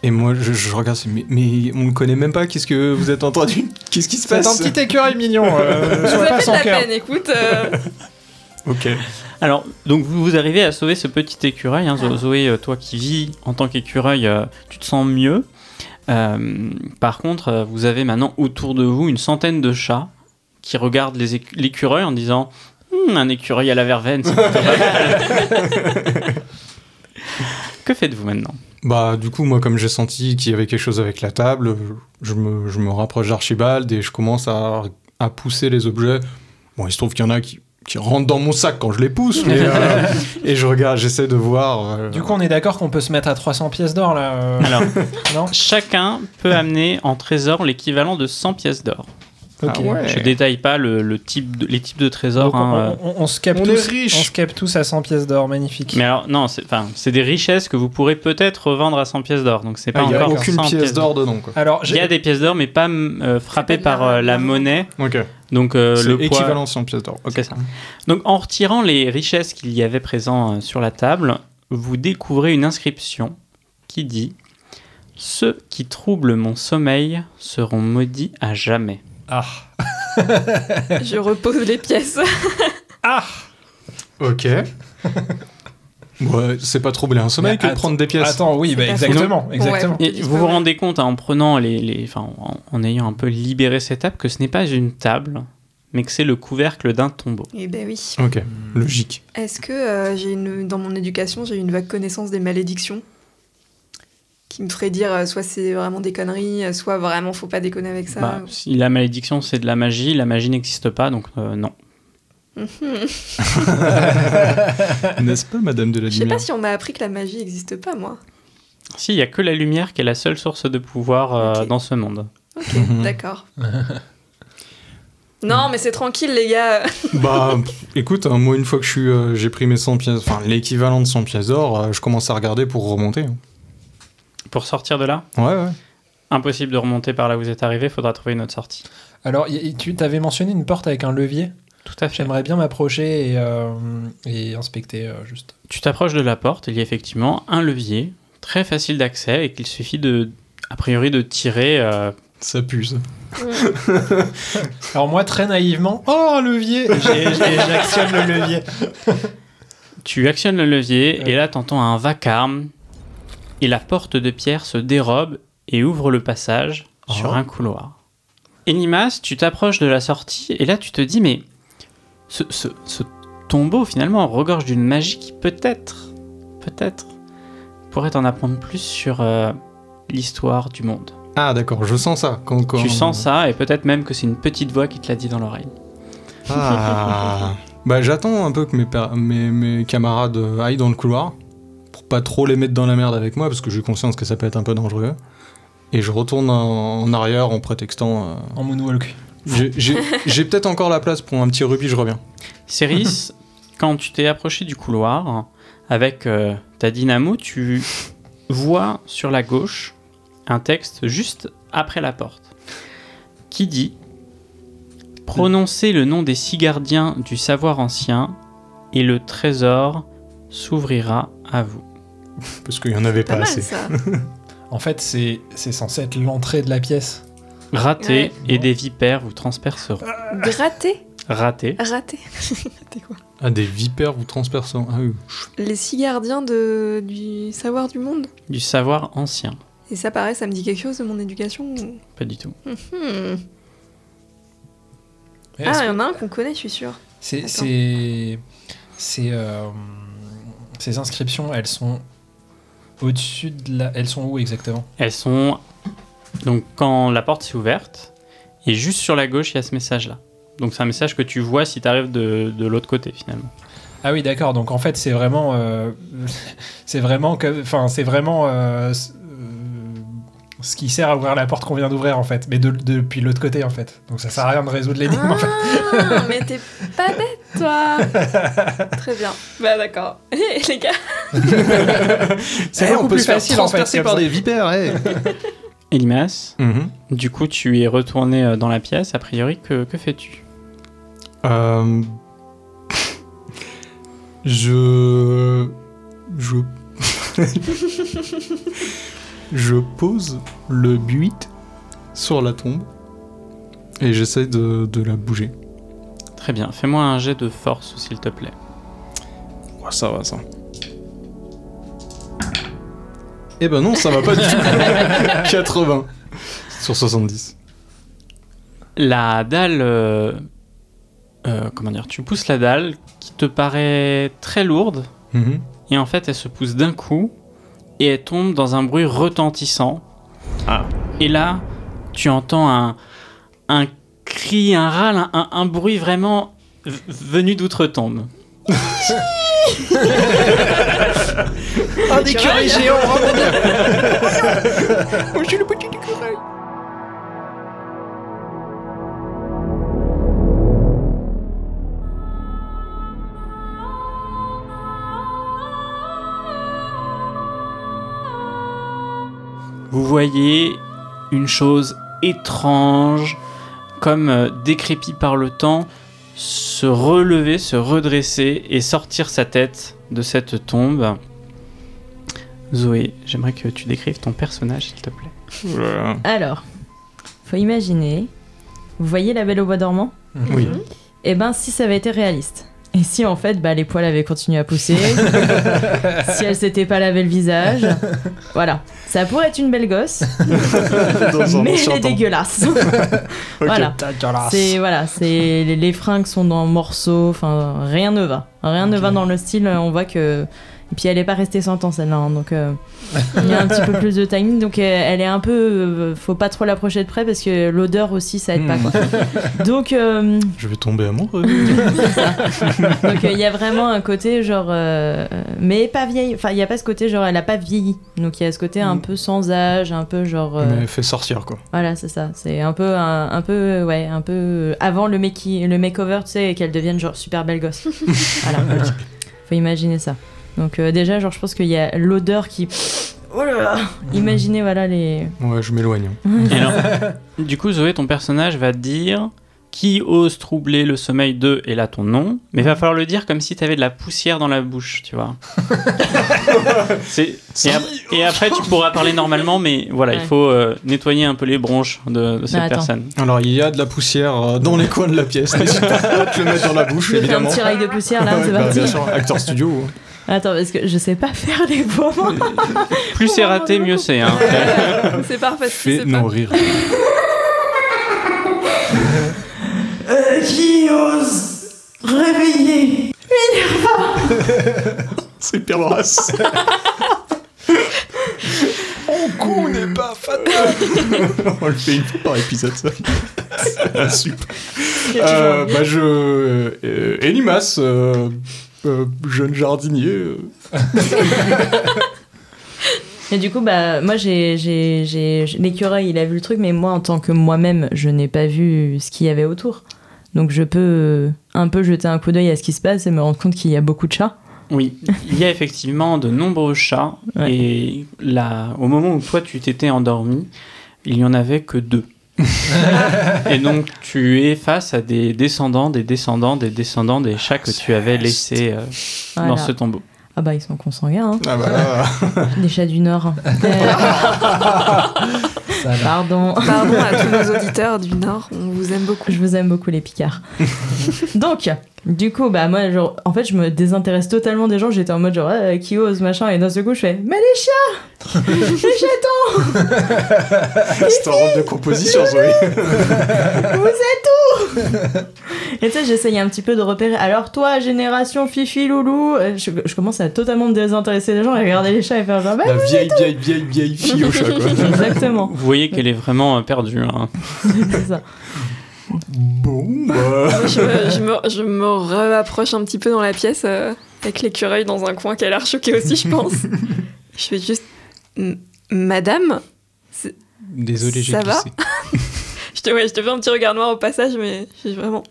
[SPEAKER 2] Et moi, je, je regarde, c'est- mais, mais on ne connaît même pas, qu'est-ce que vous êtes entendu Qu'est-ce qui se
[SPEAKER 3] C'est
[SPEAKER 2] passe
[SPEAKER 3] un petit écureuil mignon. euh,
[SPEAKER 4] Ça
[SPEAKER 3] sois
[SPEAKER 4] fait
[SPEAKER 3] pas
[SPEAKER 4] de
[SPEAKER 3] sans
[SPEAKER 4] la
[SPEAKER 3] cœur.
[SPEAKER 4] peine, écoute. euh,
[SPEAKER 2] Ok.
[SPEAKER 5] Alors, donc vous, vous arrivez à sauver ce petit écureuil. hein, Zo- Zoé, euh, toi qui vis en tant qu'écureuil, euh, tu te sens mieux. Euh, par contre, euh, vous avez maintenant autour de vous une centaine de chats qui regardent les éc- l'écureuil en disant Hum, un écureuil à la verveine, c'est plutôt pas mal. Que faites-vous maintenant
[SPEAKER 2] Bah, du coup, moi, comme j'ai senti qu'il y avait quelque chose avec la table, je me, je me rapproche d'Archibald et je commence à, à pousser les objets. Bon, il se trouve qu'il y en a qui, qui rentrent dans mon sac quand je les pousse, mais, euh, et je regarde, j'essaie de voir. euh,
[SPEAKER 3] Du coup, on est d'accord qu'on peut se mettre à 300 pièces d'or là. euh,
[SPEAKER 5] Alors,
[SPEAKER 3] non
[SPEAKER 5] chacun peut amener en trésor l'équivalent de 100 pièces d'or.
[SPEAKER 3] Ok.
[SPEAKER 2] Ah ouais.
[SPEAKER 5] Je détaille pas le, le type de- les types de trésors.
[SPEAKER 3] Donc,
[SPEAKER 5] hein, euh,
[SPEAKER 3] on, on- on se capte
[SPEAKER 2] on
[SPEAKER 3] tous,
[SPEAKER 2] est riche.
[SPEAKER 3] on se capte tous à 100 pièces d'or, magnifique.
[SPEAKER 5] Mais alors, non, c'est enfin, c'est des richesses que vous pourrez peut-être revendre à 100 pièces d'or. Donc, c'est
[SPEAKER 2] ah,
[SPEAKER 5] pas
[SPEAKER 2] il n'y a
[SPEAKER 5] encore
[SPEAKER 2] aucune
[SPEAKER 5] 100
[SPEAKER 2] pièce d'or dedans, quoi.
[SPEAKER 3] Alors,
[SPEAKER 5] Il y
[SPEAKER 3] j'ai-
[SPEAKER 5] a des pièces d'or, mais pas mm, euh, frappées
[SPEAKER 4] C'est pas de
[SPEAKER 5] par
[SPEAKER 4] la-
[SPEAKER 5] euh, la
[SPEAKER 4] non.
[SPEAKER 5] monnaie.
[SPEAKER 2] Ok.
[SPEAKER 5] Donc, euh,
[SPEAKER 2] C'est
[SPEAKER 5] le poids.
[SPEAKER 2] équivalent sans pièce d'or. Ok.
[SPEAKER 5] C'est ça. Donc, en retirant les richesses qu'il y avait présent euh, sur la table, vous découvrez une inscription qui dit Ceux qui troublent mon sommeil seront maudits à jamais.
[SPEAKER 3] Ah.
[SPEAKER 4] Je repose les pièces.
[SPEAKER 3] Ah.
[SPEAKER 2] Ok. ouais, c'est pas troubler un sommeil
[SPEAKER 3] Mais
[SPEAKER 2] que de
[SPEAKER 3] attends-
[SPEAKER 2] prendre des pièces.
[SPEAKER 3] Attends, oui, bah,
[SPEAKER 4] C'est
[SPEAKER 3] exactement, exactement.
[SPEAKER 4] Ouais.
[SPEAKER 5] Et vous vous rendez compte hein, en prenant les, les- enfin, en, en ayant un peu libéré cette table que ce n'est pas une table, mais que c'est le couvercle d'un tombeau.
[SPEAKER 4] Eh ben oui.
[SPEAKER 2] Ok, logique.
[SPEAKER 4] Est-ce que euh, j'ai une, dans mon éducation, j'ai une vague connaissance des malédictions qui me ferait dire euh, soit c'est vraiment des conneries, euh, soit vraiment faut pas déconner avec ça.
[SPEAKER 5] Bah, si la malédiction c'est de la magie, la magie n'existe pas, donc euh, non.
[SPEAKER 4] Mhm.
[SPEAKER 2] N'est-ce pas, Madame de la
[SPEAKER 4] Je sais pas
[SPEAKER 2] Lumière
[SPEAKER 4] si on m'a appris que la magie n'existe pas, moi.
[SPEAKER 5] Si, il n'y a que la lumière qui est la seule source de pouvoir euh,
[SPEAKER 4] Ok.
[SPEAKER 5] dans ce monde.
[SPEAKER 4] Ok,
[SPEAKER 2] Mhm.
[SPEAKER 4] d'accord. non, mais c'est tranquille, les gars.
[SPEAKER 2] Bah, pff, écoute, hein, moi, une fois que je suis, euh, j'ai pris mes 100 pièces, enfin, l'équivalent de 100 pièces d'or, euh, je commence à regarder pour remonter. hein.
[SPEAKER 5] Pour sortir de là,
[SPEAKER 2] Ouais, ouais.
[SPEAKER 5] impossible de remonter par là où vous êtes arrivé, faudra trouver une autre sortie.
[SPEAKER 3] Alors, y- y- tu t'avais mentionné une porte avec un levier.
[SPEAKER 5] Tout à fait.
[SPEAKER 3] J'aimerais bien m'approcher et, euh, et inspecter euh, juste.
[SPEAKER 5] Tu t'approches de la porte, il y a effectivement un levier très facile d'accès et qu'il suffit de, a priori, de tirer. euh,
[SPEAKER 2] Ça pue, ça.
[SPEAKER 3] Alors moi, très naïvement, oh un levier, Et j'ai- j'ai- j'actionne le levier.
[SPEAKER 5] Tu actionnes le levier
[SPEAKER 3] Ouais.
[SPEAKER 5] et là t'entends un vacarme et la porte de pierre se dérobe et ouvre le passage sur
[SPEAKER 2] Oh.
[SPEAKER 5] un couloir. Enimas, tu t'approches de la sortie et là tu te dis mais ce, ce- ce tombeau finalement regorge d'une magie qui peut-être, peut-être pourrait t'en apprendre plus sur euh, l'histoire du monde.
[SPEAKER 2] Ah, d'accord, je sens ça. Quand, quand-
[SPEAKER 5] Tu sens ça et peut-être même que c'est une petite voix qui te l'a dit dans l'oreille.
[SPEAKER 2] Ah. bah, j'attends un peu que mes, pa- mes, mes camarades euh, aillent dans le couloir pour pas trop les mettre dans la merde avec moi parce que j'ai conscience que ça peut être un peu dangereux. Et je retourne en, en arrière en prétextant. euh,
[SPEAKER 3] En moonwalk.
[SPEAKER 2] j'ai- j'ai j'ai peut-être encore la place pour un petit rubis, je reviens.
[SPEAKER 5] Céris, quand tu t'es approché du couloir avec euh, ta dynamo, tu vois sur la gauche un texte juste après la porte qui dit Prononcez le nom des six gardiens du savoir ancien et le trésor s'ouvrira à vous.
[SPEAKER 2] Parce qu'il y en avait
[SPEAKER 4] Pas
[SPEAKER 2] pas,
[SPEAKER 4] mal,
[SPEAKER 2] assez.
[SPEAKER 4] ça.
[SPEAKER 3] En fait, c'est c'est censé être l'entrée de la pièce.
[SPEAKER 5] Raté
[SPEAKER 4] Ouais.
[SPEAKER 5] et des vipères vous transperceront.
[SPEAKER 4] Gratter, rater.
[SPEAKER 5] Raté.
[SPEAKER 4] Rater quoi
[SPEAKER 2] Ah, des vipères vous transperçant. Ah oui.
[SPEAKER 4] Les six gardiens de, du savoir du monde.
[SPEAKER 5] Du savoir ancien.
[SPEAKER 4] Et ça, pareil, ça me dit quelque chose de mon éducation. ou-
[SPEAKER 5] Pas du tout.
[SPEAKER 4] Hmm.
[SPEAKER 3] Mais est-ce
[SPEAKER 4] Ah, il y
[SPEAKER 3] que-
[SPEAKER 4] en a un qu'on connaît, je suis sûre.
[SPEAKER 3] C'est,
[SPEAKER 4] Attends.
[SPEAKER 3] c'est, c'est, euh, ces inscriptions, elles sont au-dessus de la. Elles sont où exactement
[SPEAKER 5] Elles sont. Donc, quand la porte s'est ouverte, et juste sur la gauche, il y a ce message-là. Donc, c'est un message que tu vois si tu arrives de, de l'autre côté, finalement.
[SPEAKER 3] Ah oui, d'accord. Donc en fait, c'est vraiment, euh, c'est vraiment, que- enfin, c'est vraiment euh, s- euh, Ce qui sert à ouvrir la porte qu'on vient d'ouvrir en fait, mais de- de- depuis l'autre côté en fait. Donc ça sert à rien de résoudre l'énigme en fait.
[SPEAKER 4] Ah, mais t'es pas bête, toi Très bien. Bah d'accord. Hé, les gars
[SPEAKER 3] C'est
[SPEAKER 2] Eh,
[SPEAKER 3] beaucoup
[SPEAKER 2] on peut
[SPEAKER 3] plus
[SPEAKER 2] se faire
[SPEAKER 3] facile en fait.
[SPEAKER 2] transpercer
[SPEAKER 3] comme
[SPEAKER 2] par
[SPEAKER 3] ça.
[SPEAKER 2] des vipères. eh.
[SPEAKER 5] Elimas,
[SPEAKER 2] Mhm.
[SPEAKER 5] du coup, tu es retourné euh, dans la pièce, a priori, que, que fais-tu
[SPEAKER 2] Euh, Je. Je. je pose le buit sur la tombe et j'essaie de, de la bouger.
[SPEAKER 5] Très bien, fais-moi un jet de force, s'il te plaît.
[SPEAKER 2] Ouais, ça va, ça. Eh ben non, ça va pas du tout. 80 sur 70.
[SPEAKER 5] La dalle. euh, euh, comment dire Tu pousses la dalle qui te paraît très lourde,
[SPEAKER 2] Mhm.
[SPEAKER 5] et en fait, elle se pousse d'un coup, et elle tombe dans un bruit retentissant.
[SPEAKER 2] Ah.
[SPEAKER 5] Et là, tu entends un, un cri, un râle, un, un- un bruit vraiment v- venu d'outre-tombe.
[SPEAKER 4] Un écureuil géant
[SPEAKER 5] Vous voyez une chose étrange, comme euh, décrépie par le temps, se relever, se redresser et sortir sa tête de cette tombe. Zoé, j'aimerais que tu décrives ton personnage, s'il te plaît.
[SPEAKER 6] Alors, faut imaginer. Vous voyez la belle au bois dormant
[SPEAKER 3] Oui.
[SPEAKER 6] Eh ben, si ça avait été réaliste. Et si en fait, bah, les poils avaient continué à pousser, si elle s'était pas lavé le visage, voilà. Ça pourrait être une belle gosse, mais elle est dégueulasse. Voilà.
[SPEAKER 3] Ah.
[SPEAKER 6] C'est voilà, c'est les, les fringues sont dans morceaux, enfin rien ne va, rien ne
[SPEAKER 3] Ok.
[SPEAKER 6] va dans le style. On voit que et puis elle est pas restée sans temps celle-là, hein, donc euh, il y a un petit peu plus de timing. Donc euh, elle est un peu, euh, faut pas trop l'approcher de près parce que l'odeur aussi ça aide pas. Quoi. Donc euh,
[SPEAKER 2] Je vais tomber amoureux.
[SPEAKER 6] donc euh, il y a vraiment un côté genre, euh, mais pas vieille. Enfin il y a pas ce côté genre elle a pas vieilli. Donc il y a ce côté un
[SPEAKER 3] Mm.
[SPEAKER 6] peu sans âge, un peu genre. euh,
[SPEAKER 2] Mais fais sortir quoi.
[SPEAKER 6] Voilà, c'est ça. C'est un peu, un, un peu, ouais, un peu euh, avant le, make le makeover, tu sais, et qu'elle devienne genre super belle gosse. voilà. Faut imaginer ça. Donc euh, déjà, genre, je pense qu'il y a l'odeur qui. Oh là là Imaginez, voilà les.
[SPEAKER 2] Ouais, je m'éloigne.
[SPEAKER 5] Et alors, du coup, Zoé, ton personnage va te dire qui ose troubler le sommeil de, et là ton nom, mais va falloir le dire comme si t'avais de la poussière dans la bouche, tu vois. C'est- et, ap- et après, tu pourras parler normalement, mais voilà,
[SPEAKER 6] Ouais.
[SPEAKER 5] il faut euh, nettoyer un peu les bronches de, de cette
[SPEAKER 6] Ah, attends.
[SPEAKER 5] personne.
[SPEAKER 2] Alors, il y a de la poussière euh, dans les coins de la pièce. N'hésite pas à te le mettre dans la bouche,
[SPEAKER 6] Je vais faire un
[SPEAKER 2] évidemment.
[SPEAKER 6] petit rail de poussière là, c'est
[SPEAKER 2] Ouais, bah,
[SPEAKER 6] parti.
[SPEAKER 2] bien sûr, acteur studio. hein.
[SPEAKER 6] Attends, parce que je sais pas faire les voix.
[SPEAKER 5] Plus c'est
[SPEAKER 6] Oh,
[SPEAKER 5] raté,
[SPEAKER 6] non.
[SPEAKER 5] mieux c'est. hein.
[SPEAKER 4] C'est parfait,
[SPEAKER 2] Fais
[SPEAKER 4] c'est pas.
[SPEAKER 2] non rire.
[SPEAKER 6] qui ose réveiller
[SPEAKER 2] C'est hyper brasse. On con n'est pas fan. On le fait une fois par épisode, ça. Ah, super. Euh, bah, je. euh, Elimas, euh, euh, jeune jardinier. euh,
[SPEAKER 6] Et du coup, bah, moi, j'ai, j'ai, j'ai, j'ai- l'écureuil, il a vu le truc, mais moi, en tant que moi-même, je n'ai pas vu ce qu'il y avait autour. Donc, je peux euh, un peu jeter un coup d'œil à ce qui se passe et me rendre compte qu'il y a beaucoup de chats.
[SPEAKER 5] Oui, il y a effectivement de nombreux chats,
[SPEAKER 6] Ouais.
[SPEAKER 5] et là, au moment où toi tu t'étais endormi, il n'y en avait que deux. et donc tu es face à des descendants, des descendants, des descendants des chats que tu avais laissés euh,
[SPEAKER 6] Voilà.
[SPEAKER 5] dans ce tombeau.
[SPEAKER 6] Ah bah, ils sont consanguins, hein.
[SPEAKER 2] Ah bah là.
[SPEAKER 6] des chats du Nord. Euh, Pardon.
[SPEAKER 4] Pardon à tous nos auditeurs du Nord, on vous aime beaucoup.
[SPEAKER 6] Je vous aime beaucoup les Picards. Donc, du coup, bah moi, genre, en fait, je me désintéresse totalement des gens. J'étais en mode genre euh, qui ose machin, et d'un seul coup, je fais mais les chats, les chatons,
[SPEAKER 2] C'est en rôle de composition, Zoé.
[SPEAKER 6] vous êtes où Et tu sais, j'essaye un petit peu de repérer. Alors toi, génération fifi loulou, euh, je, je commence à totalement me désintéresser des gens et regarder les chats et faire genre bah,
[SPEAKER 2] La vieille, vieille, vieille, vieille fille au chat, quoi.
[SPEAKER 6] exactement,
[SPEAKER 5] Vous voyez qu'elle est vraiment euh, perdue. hein.
[SPEAKER 6] c'est ça.
[SPEAKER 2] Bon, bah.
[SPEAKER 4] Moi, je, me, je, me, je me rapproche un petit peu dans la pièce euh, avec l'écureuil dans un coin qui a l'air choqué aussi, je pense. je fais juste. M- Madame c'est-
[SPEAKER 2] Désolé, j'ai
[SPEAKER 4] Ça va
[SPEAKER 2] glissé.
[SPEAKER 4] Je te, ouais, je te fais un petit regard noir au passage, mais je suis vraiment.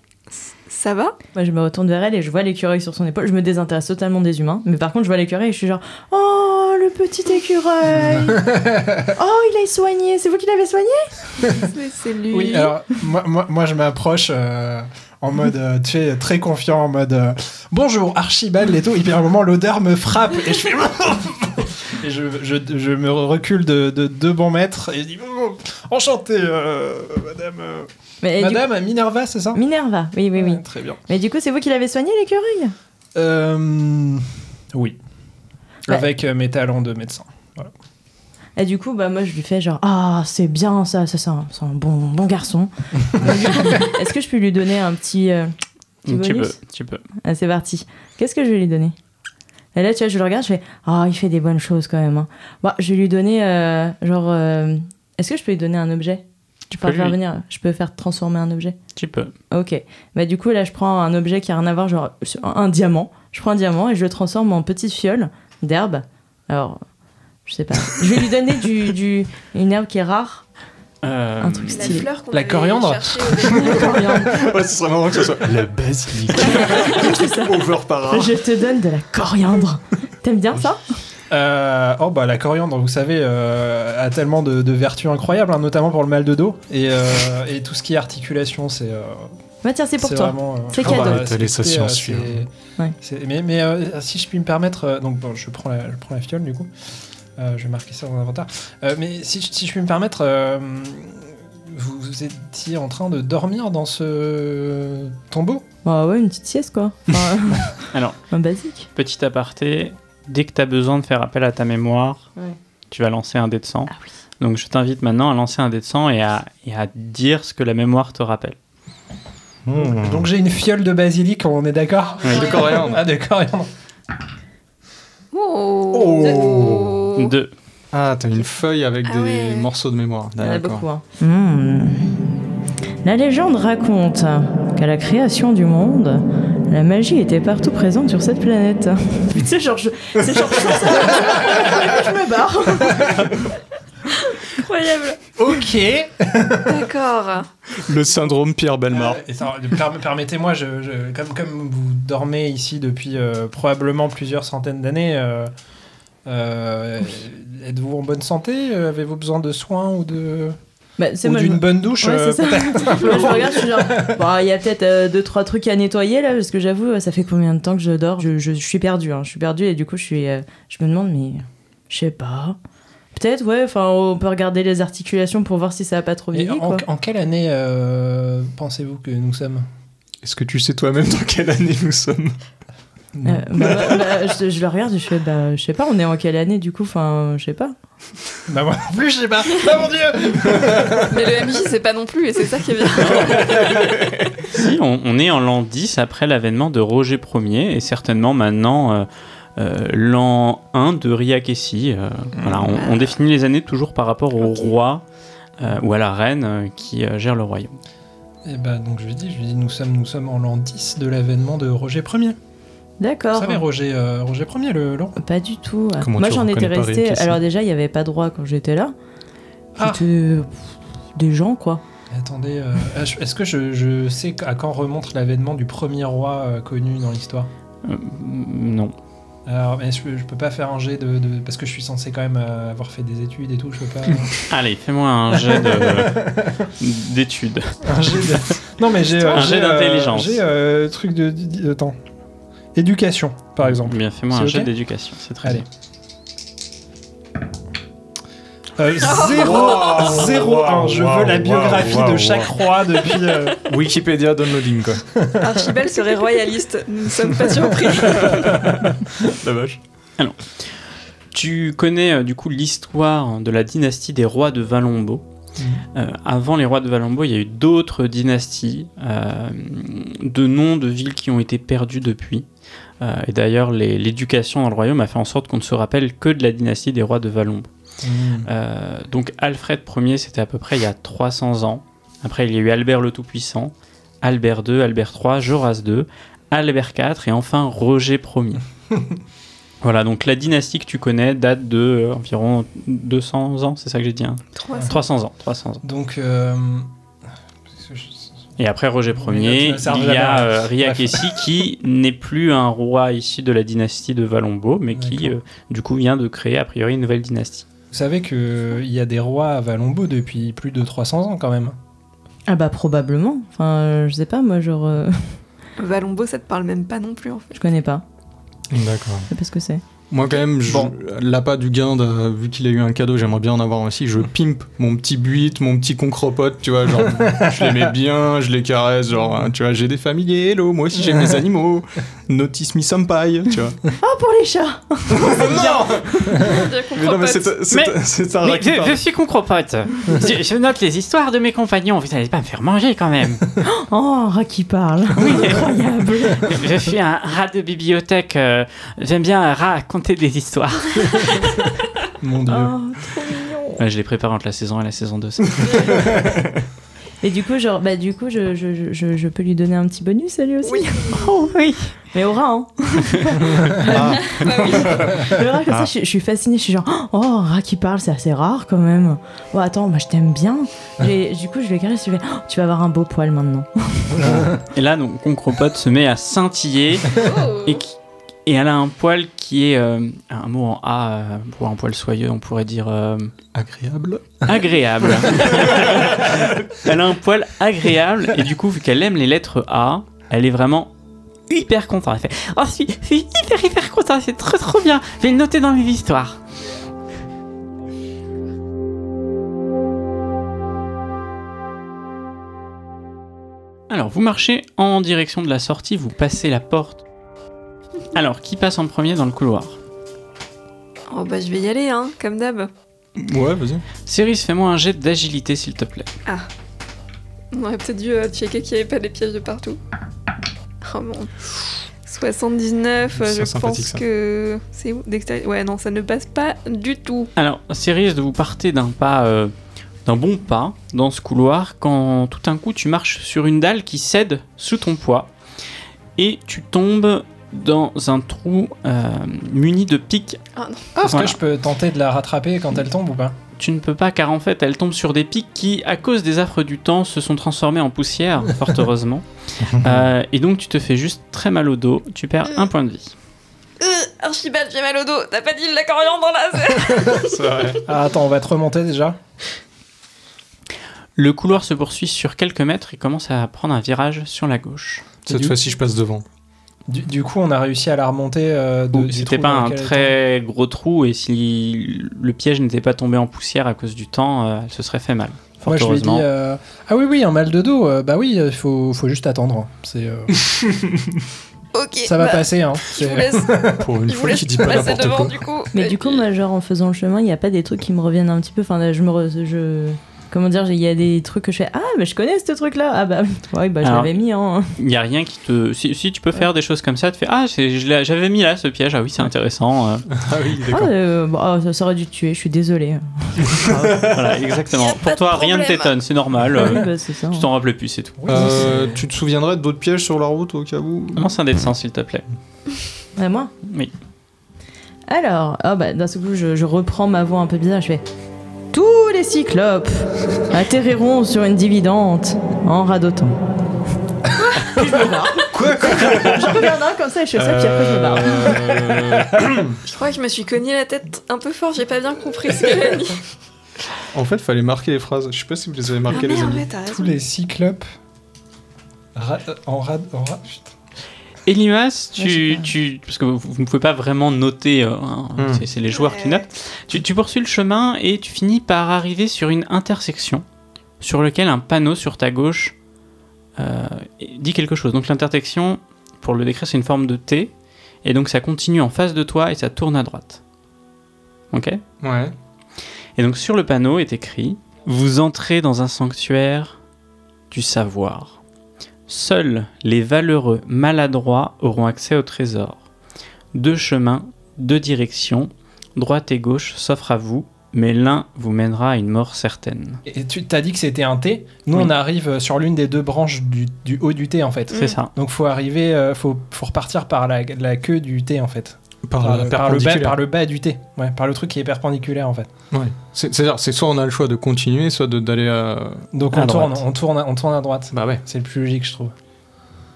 [SPEAKER 4] Ça va
[SPEAKER 6] Moi, je me retourne vers elle et je vois l'écureuil sur son épaule. Je me désintéresse totalement des humains, mais par contre, je vois l'écureuil et je suis genre Oh, le petit écureuil Oh, il a soigné C'est vous qui l'avez soigné
[SPEAKER 4] C'est- C'est lui.
[SPEAKER 3] Oui, alors moi, moi, moi, je m'approche euh, en mode, euh, tu sais, très confiant, en mode euh, Bonjour Archibald Leto, et puis à un moment l'odeur me frappe et je fais. et je, je- je me recule de, de deux bons mètres et je dis Oh, Enchanté, euh, madame. euh,
[SPEAKER 6] mais, et du
[SPEAKER 3] madame Minerva, c'est ça
[SPEAKER 6] coup- Minerva, oui, oui, oui.
[SPEAKER 3] Ouais, Très bien.
[SPEAKER 6] Mais du coup, c'est vous qui l'avez soigné, l'écureuil
[SPEAKER 3] Euh, oui.
[SPEAKER 6] Ouais.
[SPEAKER 3] Avec euh, mes talents de médecin.
[SPEAKER 6] Et du coup, bah, moi, je lui fais genre Ah, c'est bien ça, ça c'est un, c'est un bon, bon garçon. Et du coup, Est-ce que je peux lui donner un petit. euh, petit
[SPEAKER 5] Tu peux,
[SPEAKER 6] bonus
[SPEAKER 5] tu peux.
[SPEAKER 6] Ah, c'est parti. Qu'est-ce que je vais lui donner Et là, tu vois, je le regarde, je fais Ah, il fait des bonnes choses quand même. hein. Bah, je vais lui donner, euh, genre, euh, est-ce que je peux lui donner un objet Tu peux
[SPEAKER 5] peux lui-
[SPEAKER 6] faire venir, je peux faire transformer un objet.
[SPEAKER 5] Tu peux.
[SPEAKER 6] Ok. Bah, du coup, là, je prends un objet qui a rien à voir, genre un- un diamant. Je prends un diamant et je le transforme en petite fiole d'herbe. Alors, je sais pas. je vais lui donner du, du- une herbe qui est rare.
[SPEAKER 5] Euh,
[SPEAKER 6] Un truc
[SPEAKER 4] La
[SPEAKER 6] stylé.
[SPEAKER 4] fleur qu'on
[SPEAKER 3] La
[SPEAKER 4] avait
[SPEAKER 3] coriandre
[SPEAKER 4] cherchée au début.
[SPEAKER 2] Ouais, ce serait marrant que ce soit la basilic. Over par
[SPEAKER 6] je te donne de la coriandre. T'aimes bien ça
[SPEAKER 3] Euh, oh bah la coriandre, vous savez, euh, a tellement de, de vertus incroyables, hein, notamment pour le mal de dos et, euh, et tout ce qui est articulation, c'est euh,
[SPEAKER 6] Bah, tiens, c'est pour
[SPEAKER 3] c'est
[SPEAKER 6] toi.
[SPEAKER 3] vraiment. euh,
[SPEAKER 6] C'est
[SPEAKER 3] ah
[SPEAKER 6] cadeau.
[SPEAKER 3] bah,
[SPEAKER 2] Elle est allée, sa
[SPEAKER 3] écoutez,
[SPEAKER 2] science
[SPEAKER 3] euh,
[SPEAKER 2] suivre.
[SPEAKER 3] c'est-
[SPEAKER 6] Ouais.
[SPEAKER 3] c'est- Mais, mais, euh, si je puis me permettre, euh, donc bon, je prends la, je prends la fiole du coup. Euh, je vais marquer ça dans l'inventaire. Euh, mais si, je- si je puis me permettre, euh, vous, vous étiez en train de dormir dans ce tombeau
[SPEAKER 6] Bah ouais, une petite sieste quoi. Enfin,
[SPEAKER 5] Alors.
[SPEAKER 6] un basique.
[SPEAKER 5] Petit aparté, dès que tu as besoin de faire appel à ta mémoire,
[SPEAKER 6] Ouais.
[SPEAKER 5] tu vas lancer un dé de 100.
[SPEAKER 6] Ah oui.
[SPEAKER 5] Donc je t'invite maintenant à lancer un dé de 100 et à, et à dire ce que la mémoire te rappelle.
[SPEAKER 2] Hmm.
[SPEAKER 3] Donc j'ai une fiole de basilic, on est d'accord
[SPEAKER 5] Ouais.
[SPEAKER 2] De coriandre.
[SPEAKER 3] Ah, de coriandre.
[SPEAKER 4] Oh.
[SPEAKER 2] Oh.
[SPEAKER 5] Deux.
[SPEAKER 2] Ah, t'as une feuille avec
[SPEAKER 4] Ah
[SPEAKER 2] des
[SPEAKER 4] ouais. Ah, bah,
[SPEAKER 2] morceaux de mémoire.
[SPEAKER 3] Ah,
[SPEAKER 6] Il y en a
[SPEAKER 2] D'accord.
[SPEAKER 6] beaucoup. hein. La légende raconte qu'à la création du monde, la magie était partout présente sur cette planète. Putain, genre, je- c'est genre, je pense à- je me barre.
[SPEAKER 4] Incroyable.
[SPEAKER 3] Ok
[SPEAKER 4] D'accord.
[SPEAKER 2] Le syndrome Pierre Belmar.
[SPEAKER 4] Ah.
[SPEAKER 3] Euh, et ça, per- Permettez-moi, je, je- comme, comme vous dormez ici depuis euh, probablement plusieurs centaines d'années, euh, euh, êtes-vous en bonne santé Euh, Avez-vous besoin de soins ou de
[SPEAKER 6] Bah, c'est
[SPEAKER 3] ou
[SPEAKER 6] moi, je-
[SPEAKER 3] d'une bonne douche
[SPEAKER 6] Ouais,
[SPEAKER 3] euh,
[SPEAKER 6] c'est ça. Moi, je regarde, je suis genre, bah, il y a peut-être euh, deux, trois trucs à nettoyer là, parce que j'avoue, ça fait combien de temps que je dors je, je- je suis perdue, hein, je suis perdue et du coup, je, suis, euh, je me demande, mais je sais pas. Peut-être, ouais, enfin, on peut regarder les articulations pour voir si ça a pas trop
[SPEAKER 3] Et
[SPEAKER 6] vieilli,
[SPEAKER 3] en,
[SPEAKER 6] quoi.
[SPEAKER 3] en quelle année euh, pensez-vous que nous sommes
[SPEAKER 2] Est-ce que tu sais toi-même dans quelle année nous sommes
[SPEAKER 6] Euh, bah, bah, je, je le regarde, je fais, bah, je sais pas, on est en quelle année du coup, enfin, je sais pas.
[SPEAKER 3] Bah moi non plus, je sais pas. Ah mon dieu
[SPEAKER 4] Mais le MJ, c'est pas non plus, et c'est ça qui est bien.
[SPEAKER 5] Si, on, on est en l'an 10 après l'avènement de Roger Ier et certainement maintenant euh, euh, l'an 1 de Riakessi.
[SPEAKER 3] Mm.
[SPEAKER 5] euh, voilà, on, on définit les années toujours par rapport au roi euh, ou à la reine euh, qui euh, gère le royaume.
[SPEAKER 3] Et bah donc je lui dis, je lui dis, nous sommes, nous sommes en l'an 10 de l'avènement de Roger Ier. Vous
[SPEAKER 6] D'accord.
[SPEAKER 3] savez, Roger, euh, Roger Ier, le le roi.
[SPEAKER 6] Pas du tout. ouais.
[SPEAKER 2] Comment
[SPEAKER 6] Moi,
[SPEAKER 2] tu
[SPEAKER 6] j'en étais
[SPEAKER 2] reconnais pas
[SPEAKER 6] restée.
[SPEAKER 2] Rick ici
[SPEAKER 6] Alors déjà, il y avait pas droit quand j'étais là.
[SPEAKER 3] Ah.
[SPEAKER 6] C'était euh, pff, des gens, quoi.
[SPEAKER 3] Attendez, euh, ah, je- est-ce que je, je sais à quand remonte l'avènement du premier roi euh, connu dans l'histoire
[SPEAKER 5] Euh, non.
[SPEAKER 3] Alors, mais je, je peux pas faire un jet de, de- Parce que je suis censé quand même euh, avoir fait des études et tout, je peux pas. euh,
[SPEAKER 5] Allez, fais-moi un jet de- d'études.
[SPEAKER 3] un jet de. Non, mais j'ai. euh,
[SPEAKER 5] Un
[SPEAKER 3] j'ai,
[SPEAKER 5] jet
[SPEAKER 3] euh,
[SPEAKER 5] d'intelligence.
[SPEAKER 3] J'ai euh, truc de. de- de- Attends. Éducation, par exemple.
[SPEAKER 5] Bien, fais-moi
[SPEAKER 3] C'est
[SPEAKER 5] un
[SPEAKER 3] ok
[SPEAKER 5] jet d'éducation, c'est très
[SPEAKER 3] Allez.
[SPEAKER 5] bien.
[SPEAKER 3] Euh, zéro-
[SPEAKER 2] Wow.
[SPEAKER 3] 0-1, je
[SPEAKER 2] Wow,
[SPEAKER 3] veux la
[SPEAKER 2] wow,
[SPEAKER 3] biographie
[SPEAKER 2] wow,
[SPEAKER 3] de
[SPEAKER 2] wow.
[SPEAKER 3] chaque roi depuis. euh,
[SPEAKER 2] Wikipédia downloading, quoi.
[SPEAKER 4] Archibald serait royaliste. Nous ne sommes pas surpris.
[SPEAKER 2] La vache.
[SPEAKER 5] Tu connais euh, du coup l'histoire de la dynastie des rois de Valombo. Euh, avant les rois de Valombo, il y a eu d'autres dynasties, euh, de noms de villes qui ont été perdues depuis. Euh, et d'ailleurs, les- l'éducation dans le royaume a fait en sorte qu'on ne se rappelle que de la dynastie des rois de Valombo.
[SPEAKER 2] Hmm.
[SPEAKER 5] Euh, donc Alfred Ier, c'était à peu près il y a 300 ans. Après, il y a eu Albert le Tout-Puissant, Albert II, Albert III, Joras II, Albert IV et enfin Roger Ier. Voilà, donc la dynastie que tu connais date de euh, environ 200 ans, c'est ça que j'ai dit hein
[SPEAKER 4] 300.
[SPEAKER 5] 300 ans, 300 ans.
[SPEAKER 3] Donc. euh,
[SPEAKER 5] Et après Roger
[SPEAKER 3] tu
[SPEAKER 5] Ier,
[SPEAKER 3] vas servir
[SPEAKER 5] il y a
[SPEAKER 3] la-
[SPEAKER 5] euh, Ria
[SPEAKER 3] Bref.
[SPEAKER 5] Kessi qui n'est plus un roi issu de la dynastie de Valombo, mais qui
[SPEAKER 3] D'accord.
[SPEAKER 5] euh, du coup vient de créer a priori une nouvelle dynastie.
[SPEAKER 3] Vous savez qu'il y a des rois à Valombo depuis plus de 300 ans quand même.
[SPEAKER 6] Ah bah probablement. Enfin, euh, je sais pas, moi genre, euh,
[SPEAKER 4] Valombo, ça te parle même pas non plus en fait.
[SPEAKER 6] je connais pas.
[SPEAKER 3] D'accord.
[SPEAKER 6] Je sais pas ce que c'est.
[SPEAKER 2] Moi, quand même, je-
[SPEAKER 3] Bon.
[SPEAKER 2] l'appât du gain, de- vu qu'il a eu un cadeau, j'aimerais bien en avoir aussi. Je pimpe mon petit buit, mon petit concrepote, tu vois. Genre, je les mets bien, je les caresse. Genre, hein, tu vois, j'ai des familles, hello, moi aussi j'aime les animaux. Notice me senpai, tu vois.
[SPEAKER 6] Oh pour les chats
[SPEAKER 2] non Mais non, mais
[SPEAKER 4] Concrepote.
[SPEAKER 2] c'est c'est-
[SPEAKER 5] Mais-
[SPEAKER 2] c'est un
[SPEAKER 5] Mais
[SPEAKER 2] rat qui
[SPEAKER 5] je,
[SPEAKER 2] parle.
[SPEAKER 5] je suis concropote. je, je note les histoires de mes compagnons. Vous n'allez pas me faire manger quand même.
[SPEAKER 6] Oh, un rat qui parle. Incroyable.
[SPEAKER 5] Je suis un rat de bibliothèque. euh, J'aime bien raconter des histoires.
[SPEAKER 2] Mon dieu.
[SPEAKER 6] Oh.
[SPEAKER 5] je les prépare entre la saison et la saison 2.
[SPEAKER 6] Et du coup, genre, bah du coup, je, je, je- je, je peux lui donner un petit bonus à lui aussi.
[SPEAKER 4] Oui.
[SPEAKER 6] Oh oui. Mais au rat, hein. Ah.
[SPEAKER 4] Bah oui.
[SPEAKER 6] Le rat, comme ça, je, je suis fascinée. Je suis genre, oh, un rat qui parle, c'est assez rare quand même. Oh, attends, moi je t'aime bien. Et du coup, je lui caresse, je lui fais, Oh, tu vas avoir un beau poil maintenant.
[SPEAKER 5] Et là, donc, concropote se met à scintiller
[SPEAKER 4] Oh.
[SPEAKER 5] et, qui- et elle a un poil qui est euh, un mot en A euh, pour un poil soyeux, on pourrait dire euh,
[SPEAKER 2] Agréable.
[SPEAKER 5] agréable. elle a un poil agréable et du coup, vu qu'elle aime les lettres A, elle est vraiment hyper contente. Elle fait Oh, je suis, je suis hyper, hyper contente, c'est trop, trop bien. Je vais le noter dans mes histoires. Alors, vous marchez en direction de la sortie, vous passez la porte. Alors, qui passe en premier dans le couloir
[SPEAKER 4] Oh, bah je vais y aller, hein, comme d'hab.
[SPEAKER 2] Ouais, vas-y.
[SPEAKER 5] Cyrus, fais-moi un jet d'agilité, s'il te plaît.
[SPEAKER 4] On aurait peut-être dû euh, checker qu'il n'y avait pas des pièges de partout. Oh bon. 79, euh,
[SPEAKER 2] C'est
[SPEAKER 4] je
[SPEAKER 2] sympathique,
[SPEAKER 4] pense
[SPEAKER 2] ça.
[SPEAKER 4] que. C'est où d'extérieur Ouais, non, ça ne passe pas du tout.
[SPEAKER 5] Alors, Cyrus, vous partez d'un pas, euh, d'un bon pas dans ce couloir quand tout d'un coup tu marches sur une dalle qui cède sous ton poids et tu tombes dans un trou euh, muni de pics.
[SPEAKER 3] Ah, est-ce
[SPEAKER 5] Voilà.
[SPEAKER 3] que je peux tenter de la rattraper quand elle tombe ou pas
[SPEAKER 5] Tu ne peux pas car en fait elle tombe sur des pics qui, à cause des affres du temps, se sont transformés en poussière, fort heureusement. Euh, et donc tu te fais juste très mal au dos, tu perds un point de vie.
[SPEAKER 4] Euh, Archibald, j'ai mal au dos. T'as pas dit de la coriandre là
[SPEAKER 3] Ah, attends, on va te remonter déjà.
[SPEAKER 5] Le couloir se poursuit sur quelques mètres et commence à prendre un virage sur la gauche.
[SPEAKER 2] Cette
[SPEAKER 3] du-
[SPEAKER 2] fois-ci, je passe devant.
[SPEAKER 3] Du, du coup, on a réussi à la remonter euh, de, du
[SPEAKER 5] C'était
[SPEAKER 3] trou
[SPEAKER 5] pas
[SPEAKER 3] dans
[SPEAKER 5] un
[SPEAKER 3] lequel elle
[SPEAKER 5] très gros trou et si le piège n'était pas tombé en poussière à cause du temps, euh, elle se serait fait mal.
[SPEAKER 3] était.
[SPEAKER 5] Fort
[SPEAKER 3] Moi, je lui ai dit
[SPEAKER 5] heureusement.
[SPEAKER 3] euh, Ah oui, oui, un mal de dos. euh, bah oui, il faut, faut juste attendre. C'est, euh,
[SPEAKER 4] Ok.
[SPEAKER 3] ça va
[SPEAKER 4] bah,
[SPEAKER 3] passer. Hein.
[SPEAKER 4] Je
[SPEAKER 3] C'est-
[SPEAKER 4] vous laisse,
[SPEAKER 2] Pour une
[SPEAKER 4] je vous
[SPEAKER 2] fois
[SPEAKER 4] laisse
[SPEAKER 2] qu'il dit pas
[SPEAKER 4] passer
[SPEAKER 2] n'importe
[SPEAKER 4] devant
[SPEAKER 2] quoi.
[SPEAKER 4] du coup.
[SPEAKER 6] Mais
[SPEAKER 4] Et
[SPEAKER 6] du coup,
[SPEAKER 4] puis-
[SPEAKER 6] moi, genre, en faisant le chemin, il n'y a pas des trucs qui me reviennent un petit peu. Enfin, là, je me. re- je... Comment dire, il y a des trucs que je fais. Ah, mais je connais ce truc-là. Ah, bah, oui, bah, je
[SPEAKER 5] Alors-
[SPEAKER 6] l'avais mis, hein.
[SPEAKER 5] Il n'y a rien qui te. Si, si tu peux faire des choses comme ça, tu fais Ah, c'est- je l'ai- j'avais mis là ce piège, ah oui, c'est intéressant. euh.
[SPEAKER 2] Ah oui,
[SPEAKER 6] Ah,
[SPEAKER 2] d'accord.
[SPEAKER 6] euh, bon, ah, ça, ça aurait dû te tuer, je suis désolée.
[SPEAKER 5] voilà, exactement.
[SPEAKER 4] pas
[SPEAKER 5] Pour
[SPEAKER 4] de
[SPEAKER 5] toi, rien ne
[SPEAKER 4] problème.
[SPEAKER 5] t'étonne, c'est normal.
[SPEAKER 6] Ah, oui,
[SPEAKER 5] euh,
[SPEAKER 6] bah, c'est ça.
[SPEAKER 5] Tu
[SPEAKER 6] hein.
[SPEAKER 5] t'en rappelles plus, Ah c'est tout.
[SPEAKER 3] Oui,
[SPEAKER 2] Euh, tu te souviendrais d'autres pièges sur la route au cas où
[SPEAKER 5] Commence un dé de cent, s'il te plaît.
[SPEAKER 6] Ah, moi
[SPEAKER 5] Oui.
[SPEAKER 6] Alors, ah bah, d'un seul coup, je, je reprends ma voix un peu bizarre. Je fais Tous les cyclopes atterriront sur une dividende en radotant. Puis je me barre.
[SPEAKER 2] Quoi, quoi
[SPEAKER 6] Je regarde un comme ça et je fais ça, puis après je me barre. Ah,
[SPEAKER 2] Euh,
[SPEAKER 4] Je crois que je me suis cogné la tête un peu fort, j'ai pas bien compris ce qu'elle a dit.
[SPEAKER 2] En fait, fallait marquer les phrases. Je sais pas si vous les avez
[SPEAKER 4] Ah
[SPEAKER 2] marquées, les
[SPEAKER 4] merde,
[SPEAKER 2] amis.
[SPEAKER 4] ouais, t'as
[SPEAKER 3] c'est- Tous
[SPEAKER 4] raison.
[SPEAKER 3] les cyclopes. ra- euh, en rad. En rad- putain.
[SPEAKER 6] Ouais,
[SPEAKER 5] Elimas,
[SPEAKER 6] je sais
[SPEAKER 5] tu,
[SPEAKER 6] pas.
[SPEAKER 5] tu- parce que vous, vous ne pouvez pas vraiment noter, euh, hein,
[SPEAKER 2] Hmm.
[SPEAKER 5] c'est- c'est les joueurs qui
[SPEAKER 4] Ouais.
[SPEAKER 5] notent, tu, tu poursuis le chemin et tu finis par arriver sur une intersection sur laquelle un panneau sur ta gauche euh, dit quelque chose. Donc l'intersection, pour le décrire, c'est une forme de T, et donc ça continue en face de toi et ça tourne à droite. Ok
[SPEAKER 2] Ouais.
[SPEAKER 5] Et donc sur le panneau est écrit Vous entrez dans un sanctuaire du savoir. Seuls les valeureux maladroits auront accès au trésor. Deux chemins, deux directions, droite et gauche s'offrent à vous, mais l'un vous mènera à une mort certaine.
[SPEAKER 3] Et tu t'as dit que c'était un T. Nous,
[SPEAKER 5] Oui.
[SPEAKER 3] on arrive euh, sur l'une des deux branches du, du haut du T en fait.
[SPEAKER 5] C'est ça.
[SPEAKER 3] Donc faut arriver, euh, faut, faut repartir par la, la queue du T en fait.
[SPEAKER 2] Par,
[SPEAKER 3] Par,
[SPEAKER 2] la
[SPEAKER 3] le- par le bas,
[SPEAKER 2] perpendiculaire.
[SPEAKER 3] par le bas du T. Ouais, par le truc qui est perpendiculaire en fait.
[SPEAKER 2] Ouais. C'est- C'est-à-dire, c'est soit on a le choix de continuer, soit de- d'aller à.
[SPEAKER 3] Donc
[SPEAKER 5] À
[SPEAKER 3] on tourne,
[SPEAKER 5] droite.
[SPEAKER 3] on, tourne, on tourne à droite.
[SPEAKER 2] Bah ouais.
[SPEAKER 3] C'est le plus logique, je trouve.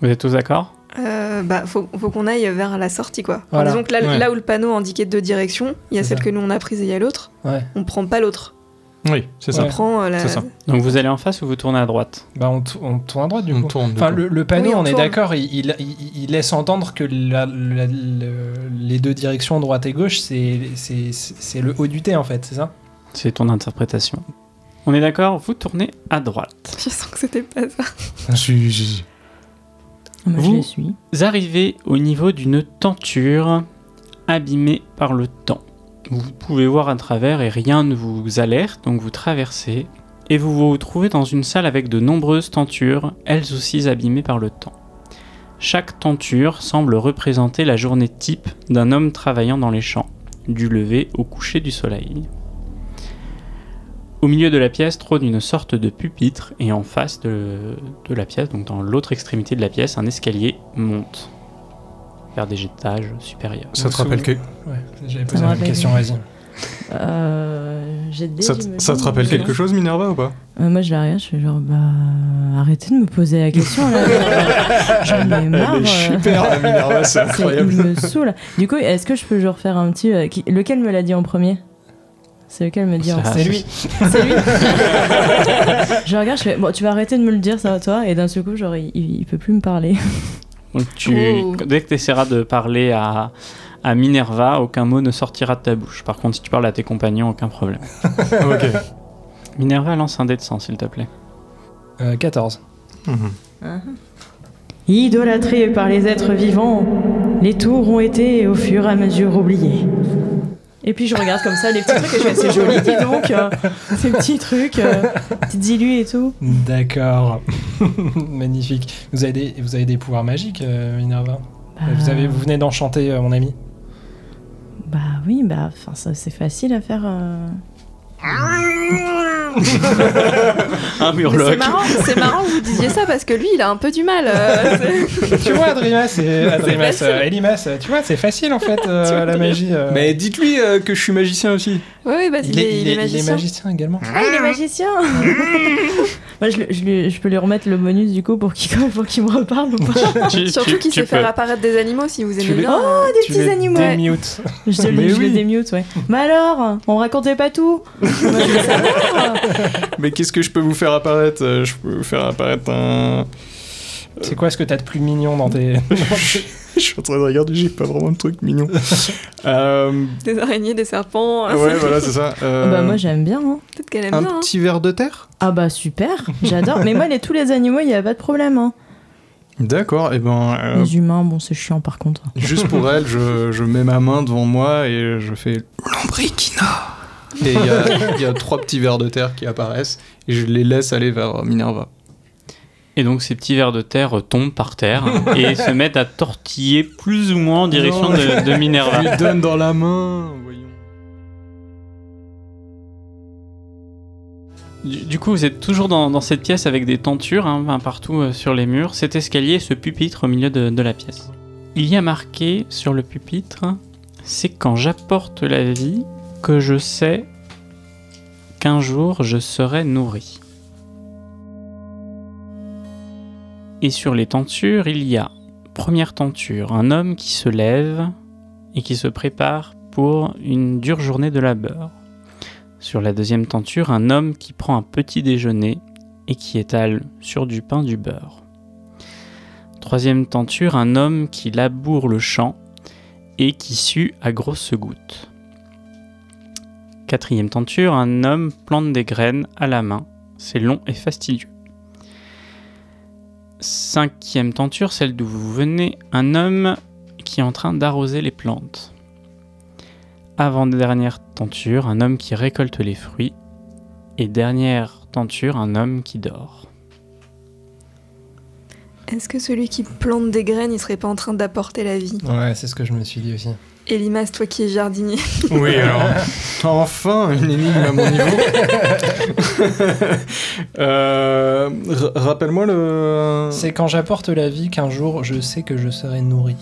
[SPEAKER 5] Vous êtes tous d'accord
[SPEAKER 4] Euh, bah, faut, faut qu'on aille vers la sortie, quoi. Enfin,
[SPEAKER 3] Voilà.
[SPEAKER 4] disons que là,
[SPEAKER 2] Ouais.
[SPEAKER 4] là où le panneau indiquait deux directions, il y a
[SPEAKER 3] C'est
[SPEAKER 4] celle
[SPEAKER 3] ça.
[SPEAKER 4] que nous on a prise et il y a l'autre.
[SPEAKER 3] Ouais.
[SPEAKER 4] On prend pas l'autre.
[SPEAKER 2] Oui, c'est
[SPEAKER 4] On
[SPEAKER 2] ça.
[SPEAKER 3] Ouais.
[SPEAKER 4] prend euh, la.
[SPEAKER 2] C'est ça.
[SPEAKER 5] Donc vous allez en face ou vous tournez à droite
[SPEAKER 3] Bah on, tou- on tourne à droite du
[SPEAKER 2] On
[SPEAKER 3] coup.
[SPEAKER 2] tourne. du
[SPEAKER 3] Enfin,
[SPEAKER 2] coup.
[SPEAKER 3] le, le panneau,
[SPEAKER 4] Oui, on
[SPEAKER 3] on, est
[SPEAKER 4] tourne.
[SPEAKER 3] d'accord, il, il- il- il laisse entendre que la- la- le- les deux directions, droite et gauche, c'est c'est- c'est le haut du T en fait, c'est ça
[SPEAKER 5] C'est ton interprétation. On est d'accord Vous tournez à droite.
[SPEAKER 4] Je sens que c'était pas
[SPEAKER 2] Si,
[SPEAKER 4] ça.
[SPEAKER 2] si, si.
[SPEAKER 6] Moi,
[SPEAKER 5] Vous-
[SPEAKER 6] je les suis.
[SPEAKER 5] Vous arrivez au niveau d'une tenture abîmée par le temps. Vous pouvez voir à travers et rien ne vous alerte, donc vous traversez et vous vous retrouvez dans une salle avec de nombreuses tentures, elles aussi abîmées par le temps. Chaque tenture semble représenter la journée type d'un homme travaillant dans les champs, du lever au coucher du soleil. Au milieu de la pièce trône une sorte de pupitre et en face de, de la pièce, donc dans l'autre extrémité de la pièce, un escalier monte vers des étages supérieurs.
[SPEAKER 2] Ça te rappelle que-
[SPEAKER 3] Ouais, j'avais posé
[SPEAKER 6] me
[SPEAKER 3] la même
[SPEAKER 6] rappelle.
[SPEAKER 3] question, vas-y.
[SPEAKER 6] Euh, j'ai des,
[SPEAKER 2] ça te-
[SPEAKER 6] j'imagine,
[SPEAKER 2] ça te rappelle
[SPEAKER 6] non
[SPEAKER 2] quelque chose, Minerva, ou pas
[SPEAKER 6] Euh, Moi, je la regarde, je suis genre, bah, arrêtez de me poser la question là. J'en ai marre.
[SPEAKER 2] Elle est
[SPEAKER 6] euh.
[SPEAKER 2] super, la Minerva, c'est
[SPEAKER 6] C'est-
[SPEAKER 2] incroyable.
[SPEAKER 6] Il me saoule. Du coup, est-ce que je peux genre faire un petit. euh, qui- lequel me l'a dit en premier C'est lequel me dit en
[SPEAKER 5] Ça-
[SPEAKER 3] C'est lui.
[SPEAKER 6] C'est lui Je regarde, je fais. Bon, tu vas arrêter de me le dire, ça, toi. Et d'un seul coup, genre, il, il- il peut plus me parler.
[SPEAKER 5] Donc tu,
[SPEAKER 4] Oh.
[SPEAKER 5] dès que tu essaieras de parler à, à Minerva, aucun mot ne sortira de ta bouche. Par contre, si tu parles à tes compagnons, aucun problème.
[SPEAKER 2] ok.
[SPEAKER 5] Minerva, lance un dé de sang, s'il te plaît.
[SPEAKER 3] Euh, 14.
[SPEAKER 2] Mhm.
[SPEAKER 6] Idolâtré par les êtres vivants, les tours ont été au fur et à mesure oubliées. Et puis je regarde comme ça les petits trucs et je fais c'est joli, dis donc, euh, ces petits trucs, euh, petits dilués et tout.
[SPEAKER 3] D'accord. Magnifique. Vous avez, des, vous avez des pouvoirs magiques, euh, Minerva vous, avez, vous venez d'enchanter euh, mon ami.
[SPEAKER 6] Bah oui, bah enfin ça c'est facile à faire. euh.
[SPEAKER 5] Un
[SPEAKER 4] Mais c'est marrant, c'est marrant que vous disiez ça parce que lui, il a un peu du mal. euh, c'est-
[SPEAKER 3] tu vois, Adrimas et Adrimas,
[SPEAKER 4] facile.
[SPEAKER 3] euh, Elimas, euh, tu vois, c'est facile en fait, euh, la magie. euh.
[SPEAKER 2] Mais dites-lui euh, que je suis magicien aussi.
[SPEAKER 4] Ouais, ouais, bah,
[SPEAKER 3] il, est, il, est, il est
[SPEAKER 4] magicien.
[SPEAKER 3] magicien également.
[SPEAKER 6] Ah il est magicien Moi je, le- je lui- je peux lui remettre le bonus du coup pour qu'il pour qu'il me reparle ou pas
[SPEAKER 5] Tu-
[SPEAKER 4] Surtout
[SPEAKER 5] tu-
[SPEAKER 4] qu'il
[SPEAKER 5] tu
[SPEAKER 4] sait faire
[SPEAKER 5] peux.
[SPEAKER 4] apparaître des animaux si vous
[SPEAKER 3] Tu
[SPEAKER 4] aimez
[SPEAKER 3] l'es-
[SPEAKER 4] bien. Ah,
[SPEAKER 6] Oh des
[SPEAKER 3] Tu
[SPEAKER 6] petits
[SPEAKER 3] le
[SPEAKER 6] animaux
[SPEAKER 3] démute.
[SPEAKER 6] Je te
[SPEAKER 2] Mais
[SPEAKER 6] le, je le
[SPEAKER 2] oui.
[SPEAKER 6] démute ouais. Mais alors On racontait pas tout Moi, je voulais savoir.
[SPEAKER 2] Mais qu'est-ce que je peux vous faire apparaître Euh, Je peux vous faire apparaître un.
[SPEAKER 3] C'est quoi ce que t'as de plus mignon dans tes.
[SPEAKER 2] je suis en train de regarder, j'ai pas vraiment de truc mignon. Euh,
[SPEAKER 4] Des araignées, des serpents.
[SPEAKER 2] ouais, voilà, c'est ça. Euh,
[SPEAKER 6] Bah moi j'aime bien hein.
[SPEAKER 4] Peut-être qu'elle aime
[SPEAKER 2] un
[SPEAKER 4] bien. hein.
[SPEAKER 2] petit verre de terre
[SPEAKER 6] Ah bah super J'adore Mais moi les, tous les animaux il y a pas de problème hein.
[SPEAKER 2] D'accord, et ben.
[SPEAKER 5] Ah.
[SPEAKER 2] euh,
[SPEAKER 6] Les humains bon c'est chiant par contre.
[SPEAKER 2] juste pour elle, je, je mets ma main devant moi et je fais Lambrikina Et il y a- il y, a trois petits vers de terre qui apparaissent et je les laisse aller vers Minerva.
[SPEAKER 5] Et donc ces petits vers de terre euh, tombent par terre et se mettent à tortiller plus ou moins en direction
[SPEAKER 2] Non.
[SPEAKER 5] de, de Minerva.
[SPEAKER 2] Je lui donne dans la main, voyons.
[SPEAKER 5] Du, du coup, vous êtes toujours dans, dans cette pièce avec des tentures hein, un partout euh, sur les murs, cet escalier et ce pupitre au milieu de, de la pièce. Il y a marqué sur le pupitre C'est quand j'apporte la vie que je sais qu'un jour je serai nourri. Et sur les tentures, il y a première tenture, un homme qui se lève et qui se prépare pour une dure journée de labeur. Sur la deuxième tenture, un homme qui prend un petit déjeuner et qui étale sur du pain du beurre. Troisième tenture, un homme qui laboure le champ et qui sue à grosses gouttes. Quatrième tenture, un homme plante des graines à la main. C'est long et fastidieux. Cinquième tenture, celle d'où vous venez, un homme qui est en train d'arroser les plantes avant-dernière tenture, un homme qui récolte les fruits, et dernière tenture, un homme qui dort.
[SPEAKER 4] Est-ce que celui qui plante des graines, il serait pas en train d'apporter la vie
[SPEAKER 3] Ouais, c'est ce que je me suis dit aussi.
[SPEAKER 4] Elimas, toi qui es jardinier.
[SPEAKER 2] Oui, alors. Enfin, une énigme à mon niveau. Euh, r- Rappelle-moi le.
[SPEAKER 3] C'est quand j'apporte la vie qu'un jour je sais que je serai nourri.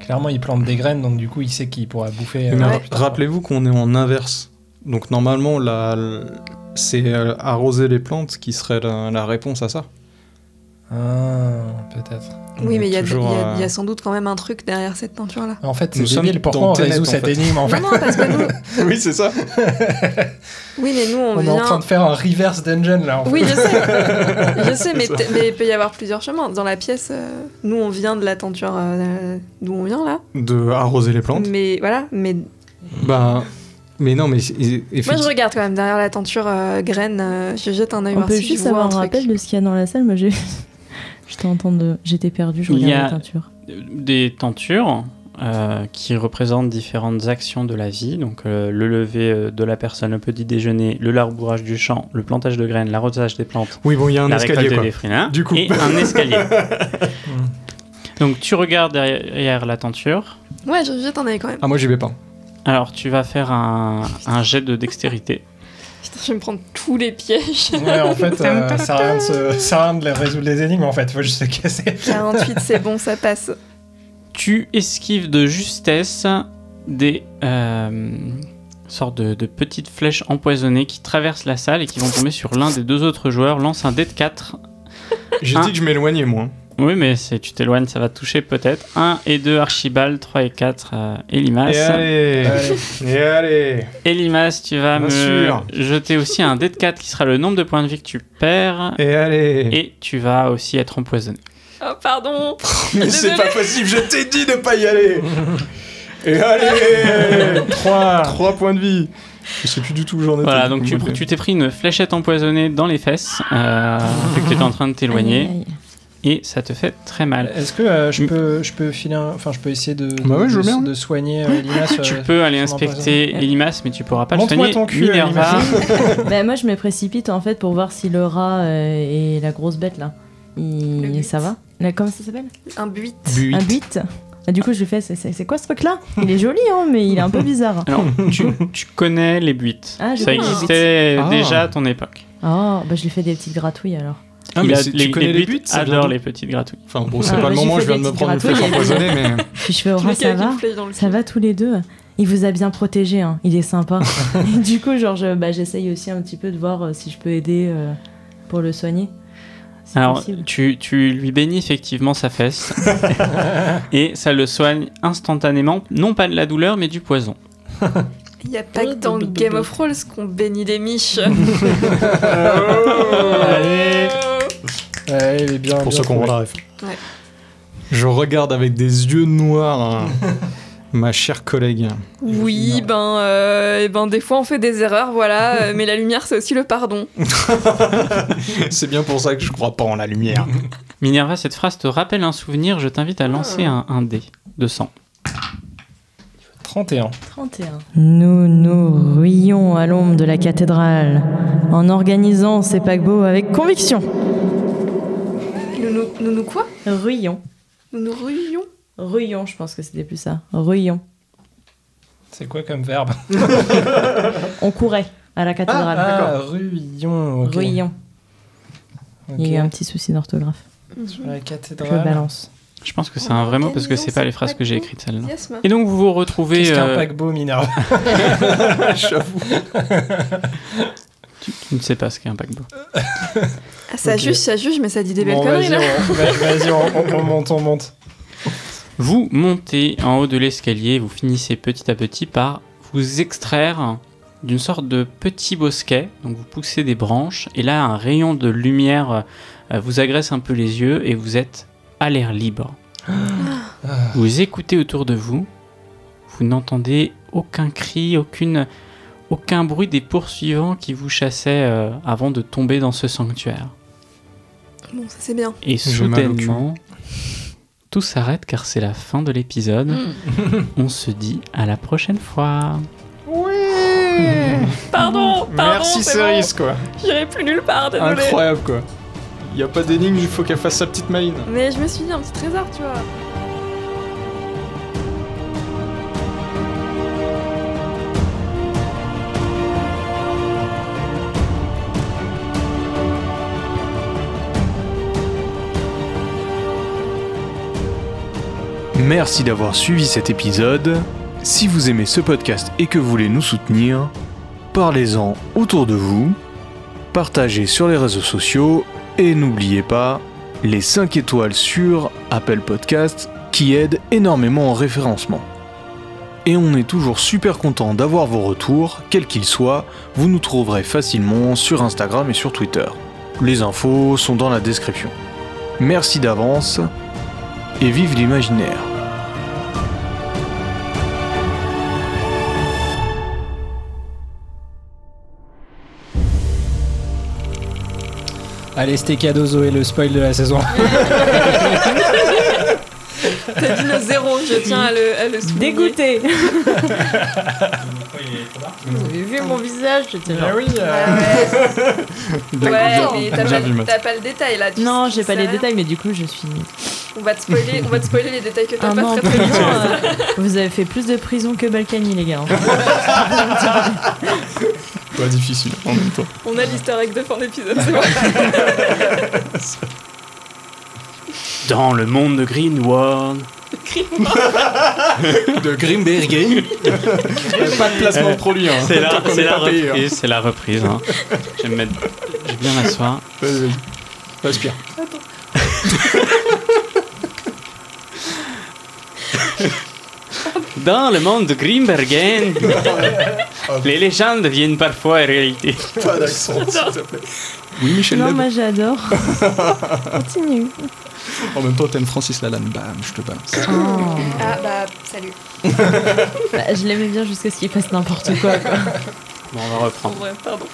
[SPEAKER 3] clairement, il plante des graines, donc du coup, il sait qu'il pourra bouffer. euh,
[SPEAKER 2] Mais
[SPEAKER 4] Ouais.
[SPEAKER 2] ra- Rappelez-vous qu'on est en inverse. Donc normalement, la, l- c'est euh, arroser les plantes qui serait la, la réponse à ça.
[SPEAKER 3] Ah, peut-être.
[SPEAKER 2] On
[SPEAKER 4] Oui,
[SPEAKER 2] est
[SPEAKER 4] mais il y, a- il y
[SPEAKER 2] toujours,
[SPEAKER 4] a-
[SPEAKER 2] euh,
[SPEAKER 4] il y a sans doute quand même un truc derrière cette peinture-là.
[SPEAKER 3] En fait,
[SPEAKER 2] Nous
[SPEAKER 3] c'est
[SPEAKER 2] sommes
[SPEAKER 3] débile. Pourquoi
[SPEAKER 2] dans
[SPEAKER 3] on
[SPEAKER 2] Tenet,
[SPEAKER 3] résout
[SPEAKER 2] en
[SPEAKER 3] cette
[SPEAKER 2] fait.
[SPEAKER 3] énigme en fait
[SPEAKER 4] Non, non, parce que nous,
[SPEAKER 2] oui, c'est ça.
[SPEAKER 4] oui, mais nous, on,
[SPEAKER 3] On est
[SPEAKER 4] vient.
[SPEAKER 3] en train de faire un reverse dungeon là. En fait.
[SPEAKER 4] Oui, je sais, je sais, mais,
[SPEAKER 2] ça.
[SPEAKER 4] t- mais il peut y avoir plusieurs chemins. Dans la pièce, euh, nous, on vient de la tenture euh, d'où on vient là,
[SPEAKER 2] De arroser les
[SPEAKER 6] Mm.
[SPEAKER 2] plantes.
[SPEAKER 4] mais voilà. Mais
[SPEAKER 2] Ben, mais non, mais c'est-
[SPEAKER 4] moi, je
[SPEAKER 2] effectivement.
[SPEAKER 4] regarde quand même derrière la tenture euh, graine. euh, je jette un œil
[SPEAKER 6] On
[SPEAKER 4] voir
[SPEAKER 6] peut
[SPEAKER 4] si je
[SPEAKER 6] juste
[SPEAKER 4] vois un
[SPEAKER 6] avoir un
[SPEAKER 4] truc.
[SPEAKER 6] rappel de ce qu'il y a dans la salle. Moi, j'ai- j'étais en train de. J'étais perdu, je
[SPEAKER 5] Il y
[SPEAKER 6] regardais
[SPEAKER 5] a-
[SPEAKER 6] la teinture.
[SPEAKER 5] des tentures euh, qui représentent différentes actions de la vie, donc euh, le lever euh, de la personne, le petit déjeuner, le labourage du champ, le plantage de graines, l'arrosage des plantes,
[SPEAKER 2] Oui, bon, il y a un
[SPEAKER 5] la
[SPEAKER 2] escalier
[SPEAKER 5] récolte
[SPEAKER 2] quoi.
[SPEAKER 5] des frélins
[SPEAKER 2] Du coup.
[SPEAKER 5] et un escalier. donc tu regardes derrière, derrière la tenture.
[SPEAKER 4] Ouais, je jette un œil quand même.
[SPEAKER 2] Ah, moi, j'y vais pas.
[SPEAKER 5] Alors tu vas faire un, un jet de dextérité.
[SPEAKER 3] Ah.
[SPEAKER 4] Putain, je vais me prendre tous les pièges.
[SPEAKER 3] Ouais, en fait, euh, ça sert à rien de, se- ça sert à rien de les résoudre les énigmes en fait. Faut juste se casser.
[SPEAKER 4] 48, c'est bon, ça passe.
[SPEAKER 5] Tu esquives de justesse des euh, sortes de, de petites flèches empoisonnées qui traversent la salle et qui vont tomber sur l'un des deux autres joueurs. Lance un dé de 4
[SPEAKER 2] J'ai
[SPEAKER 5] Ah.
[SPEAKER 2] dit que je m'éloignais, moi.
[SPEAKER 5] Oui, mais c'est- tu t'éloignes, ça va te toucher peut-être. 1 et 2, Archibald, 3 et 4, euh, Elimas.
[SPEAKER 2] Et allez
[SPEAKER 3] Ouais.
[SPEAKER 2] Et allez
[SPEAKER 5] Elimas, tu vas
[SPEAKER 2] Bien
[SPEAKER 5] me
[SPEAKER 2] sûr.
[SPEAKER 5] jeter aussi un dé de 4 qui sera le nombre de points de vie que tu perds.
[SPEAKER 2] Et allez
[SPEAKER 5] Et tu vas aussi être empoisonné.
[SPEAKER 4] Oh, pardon.
[SPEAKER 2] Mais c'est pas possible, je t'ai dit de pas y aller Et allez
[SPEAKER 3] 3
[SPEAKER 2] 3 points de vie Je sais plus du tout où j'en étais.
[SPEAKER 5] Voilà,
[SPEAKER 2] du
[SPEAKER 5] donc
[SPEAKER 2] coup,
[SPEAKER 5] tu
[SPEAKER 2] moi,
[SPEAKER 5] tu t'es pris une fléchette empoisonnée dans les fesses, euh, vu que tu étais en train de
[SPEAKER 6] Aïe,
[SPEAKER 5] t'éloigner,
[SPEAKER 6] aïe, aïe.
[SPEAKER 5] et ça te fait très mal.
[SPEAKER 3] Est-ce que euh, je
[SPEAKER 5] Mm.
[SPEAKER 3] peux, je peux filer, un- enfin, je peux essayer de,
[SPEAKER 2] Bah ouais, je veux
[SPEAKER 3] de,
[SPEAKER 2] bien.
[SPEAKER 3] de soigner euh, Lina sur.
[SPEAKER 5] Tu peux aller
[SPEAKER 3] sur l'empoisonnement.
[SPEAKER 5] inspecter Elimas, mais tu pourras pas le
[SPEAKER 3] Montre-moi
[SPEAKER 5] soigner.
[SPEAKER 3] ton cul,
[SPEAKER 5] Minerva,
[SPEAKER 6] Bah, moi, je me précipite en fait pour voir si le rat euh, et la grosse bête là. il-
[SPEAKER 4] Le but.
[SPEAKER 6] Ça va Là, Comment ça s'appelle
[SPEAKER 4] Un but.
[SPEAKER 2] But.
[SPEAKER 6] Un but Ah, Du coup, je lui fais c'est- c'est c'est quoi ce truc là Il est joli, hein, mais il est un peu bizarre.
[SPEAKER 5] alors tu, tu connais les buites.
[SPEAKER 6] Ah, je
[SPEAKER 5] ça
[SPEAKER 6] connais les
[SPEAKER 5] existait
[SPEAKER 2] buites. Ah.
[SPEAKER 5] déjà à ton époque.
[SPEAKER 6] Oh, bah, je lui fais des petites gratouilles alors.
[SPEAKER 2] Ah,
[SPEAKER 5] Il
[SPEAKER 2] mais
[SPEAKER 5] a-
[SPEAKER 2] c'est- tu connais les buts ça vient
[SPEAKER 5] adore
[SPEAKER 2] d'où
[SPEAKER 5] les petites gratouilles.
[SPEAKER 2] Enfin bon, c'est
[SPEAKER 6] Ah,
[SPEAKER 2] pas le
[SPEAKER 6] moi, j'ai
[SPEAKER 2] moment,
[SPEAKER 6] fait
[SPEAKER 2] je viens de
[SPEAKER 6] des
[SPEAKER 2] me prendre une
[SPEAKER 6] petites
[SPEAKER 2] flèche empoisonnée, mais...
[SPEAKER 6] Puis je fais au
[SPEAKER 4] Je
[SPEAKER 6] rat,
[SPEAKER 4] me
[SPEAKER 6] ça
[SPEAKER 4] cache
[SPEAKER 6] va
[SPEAKER 4] une flèche dans le
[SPEAKER 6] Ça
[SPEAKER 4] cul.
[SPEAKER 6] va tous les deux Il vous a bien protégé, hein. il est sympa. Et du coup, genre, je- bah, j'essaye aussi un petit peu de voir euh, si je peux aider euh, pour le soigner. C'est
[SPEAKER 5] Alors,
[SPEAKER 6] possible.
[SPEAKER 5] tu, tu lui bénis effectivement sa fesse et ça le soigne instantanément, non pas de la douleur, mais du poison.
[SPEAKER 4] Il n'y a pas que dans Game of Thrones qu'on bénit les miches.
[SPEAKER 3] Allez, Ouais, il est bien.
[SPEAKER 2] Pour
[SPEAKER 3] bien
[SPEAKER 2] ceux qui ont
[SPEAKER 3] trouvé.
[SPEAKER 2] la ref.
[SPEAKER 4] Ouais.
[SPEAKER 2] Je regarde avec des yeux noirs hein, ma chère collègue.
[SPEAKER 4] Oui,
[SPEAKER 3] Non.
[SPEAKER 4] ben, euh, eh ben, des fois on fait des erreurs, voilà, euh, mais la lumière c'est aussi le pardon.
[SPEAKER 2] C'est bien pour ça que je crois pas en la lumière.
[SPEAKER 5] Minerva, cette phrase te rappelle un souvenir, je t'invite à lancer
[SPEAKER 6] Ah.
[SPEAKER 5] un, un dé de sang.
[SPEAKER 3] 31.
[SPEAKER 6] 31. Nous nous ruions à l'ombre de la cathédrale, en organisant ces paquebots avec conviction.
[SPEAKER 4] Nous nous, nous, nous quoi
[SPEAKER 6] Ruions.
[SPEAKER 4] Nous nous ruions
[SPEAKER 6] Ruions, je pense que c'était plus ça. Ruions.
[SPEAKER 3] C'est quoi comme verbe
[SPEAKER 6] On courait à la cathédrale.
[SPEAKER 3] Ah, ruillon. ok.
[SPEAKER 6] Ruions.
[SPEAKER 3] Ok.
[SPEAKER 6] Il y a eu un petit souci d'orthographe.
[SPEAKER 3] Sur la
[SPEAKER 6] Je
[SPEAKER 3] cathédrale.
[SPEAKER 6] balance.
[SPEAKER 5] Je pense que c'est un vrai mot parce que c'est pas les phrages que j'ai écrites celle-là.
[SPEAKER 4] Enthousiasme.
[SPEAKER 5] Et donc vous vous retrouvez,
[SPEAKER 3] Qu'est-ce qu'un
[SPEAKER 5] euh,
[SPEAKER 3] paquebot, Minerva
[SPEAKER 5] tu ne sais pas ce qu'est un paquebot.
[SPEAKER 4] Ah, ça
[SPEAKER 3] Ok.
[SPEAKER 4] juge, ça juge, mais ça dit des belles
[SPEAKER 3] Bon,
[SPEAKER 4] conneries
[SPEAKER 3] vas-y,
[SPEAKER 4] là.
[SPEAKER 3] on, va- vas-y, on- on- on monte, on monte.
[SPEAKER 5] Vous montez en haut de l'escalier, vous finissez petit à petit par vous extraire d'une sorte de petit bosquet. Donc vous poussez des branches et là un rayon de lumière euh, vous agresse un peu les yeux et vous êtes à l'air libre.
[SPEAKER 3] Ah.
[SPEAKER 5] Vous écoutez autour de vous, vous n'entendez aucun cri, aucune, aucun bruit des poursuivants qui vous chassaient euh, avant de tomber dans ce sanctuaire.
[SPEAKER 4] Bon, ça c'est bien.
[SPEAKER 5] Et
[SPEAKER 2] J'ai mal au cul.
[SPEAKER 5] soudainement, tout s'arrête car c'est la fin de l'épisode.
[SPEAKER 7] Hmm.
[SPEAKER 5] On se dit à la prochaine fois.
[SPEAKER 4] Pardon, pardon,
[SPEAKER 2] Merci
[SPEAKER 4] c'est bon,
[SPEAKER 2] Cerise quoi.
[SPEAKER 4] j'irai plus nulle part, désolé.
[SPEAKER 2] Incroyable quoi. Il y a pas d'énigme, il faut qu'elle fasse sa petite maline.
[SPEAKER 4] Mais je me suis dit un petit trésor, tu vois.
[SPEAKER 8] Merci d'avoir suivi cet épisode. Si vous aimez ce podcast et que vous voulez nous soutenir, parlez-en autour de vous, partagez sur les réseaux sociaux et n'oubliez pas les 5 étoiles sur Apple Podcast qui aident énormément en référencement. Et on est toujours super content d'avoir vos retours, quels qu'ils soient, vous nous trouverez facilement sur Instagram et sur Twitter. Les infos sont dans la description. Merci d'avance et vive l'imaginaire.
[SPEAKER 3] Allez, c'était Cadozo et le spoil de la saison.
[SPEAKER 4] T'as dit le zéro, je tiens à le, à le souligner.
[SPEAKER 6] Dégoûté
[SPEAKER 4] Vous avez vu mon
[SPEAKER 6] visage, j'étais
[SPEAKER 3] Eh oui, euh,
[SPEAKER 4] Ouais,
[SPEAKER 8] D'accord.
[SPEAKER 4] mais t'as
[SPEAKER 8] Bien vu,
[SPEAKER 4] pas,
[SPEAKER 8] Matt.
[SPEAKER 4] t'as pas le détail là. tu-
[SPEAKER 6] Non, j'ai pas
[SPEAKER 4] ça
[SPEAKER 6] les
[SPEAKER 4] va.
[SPEAKER 6] détails, mais du coup, je suis.
[SPEAKER 4] On va te spoiler, on va te spoiler les détails que t'as
[SPEAKER 6] Ah
[SPEAKER 4] pas
[SPEAKER 6] non,
[SPEAKER 4] très très
[SPEAKER 6] putain,
[SPEAKER 4] bien. hein.
[SPEAKER 6] euh, vous avez fait plus de prison que Balkany, les gars. hein.
[SPEAKER 8] Pas difficile en même temps.
[SPEAKER 4] On a l'easter egg de fin d'épisode, c'est bon.
[SPEAKER 7] Dans le monde de Greenwald,
[SPEAKER 8] De Grimbergen. pas de placement produit. Hein.
[SPEAKER 7] C'est la,
[SPEAKER 8] Tant qu'on
[SPEAKER 7] c'est
[SPEAKER 8] est
[SPEAKER 7] la
[SPEAKER 8] pas payé, hein.
[SPEAKER 7] reprise. C'est la reprise. hein. Je vais me mettre- je vais bien m'asseoir.
[SPEAKER 8] Vas-y, vas-y. Respire.
[SPEAKER 7] Dans le monde de Grimbergen, les légendes deviennent parfois réalité.
[SPEAKER 8] Pas d'accent, s'il te plaît. Oui, Michel
[SPEAKER 6] non,
[SPEAKER 8] Leb.
[SPEAKER 6] moi j'adore. Continue.
[SPEAKER 8] En même temps, t'aimes Francis Lalanne. Bam, je te balance.
[SPEAKER 6] Oh.
[SPEAKER 4] Ah bah, salut.
[SPEAKER 6] Bah, je l'aimais bien jusqu'à ce qu'il fasse n'importe quoi. quoi.
[SPEAKER 7] Bon, on va reprendre.
[SPEAKER 4] Pour vrai, pardon.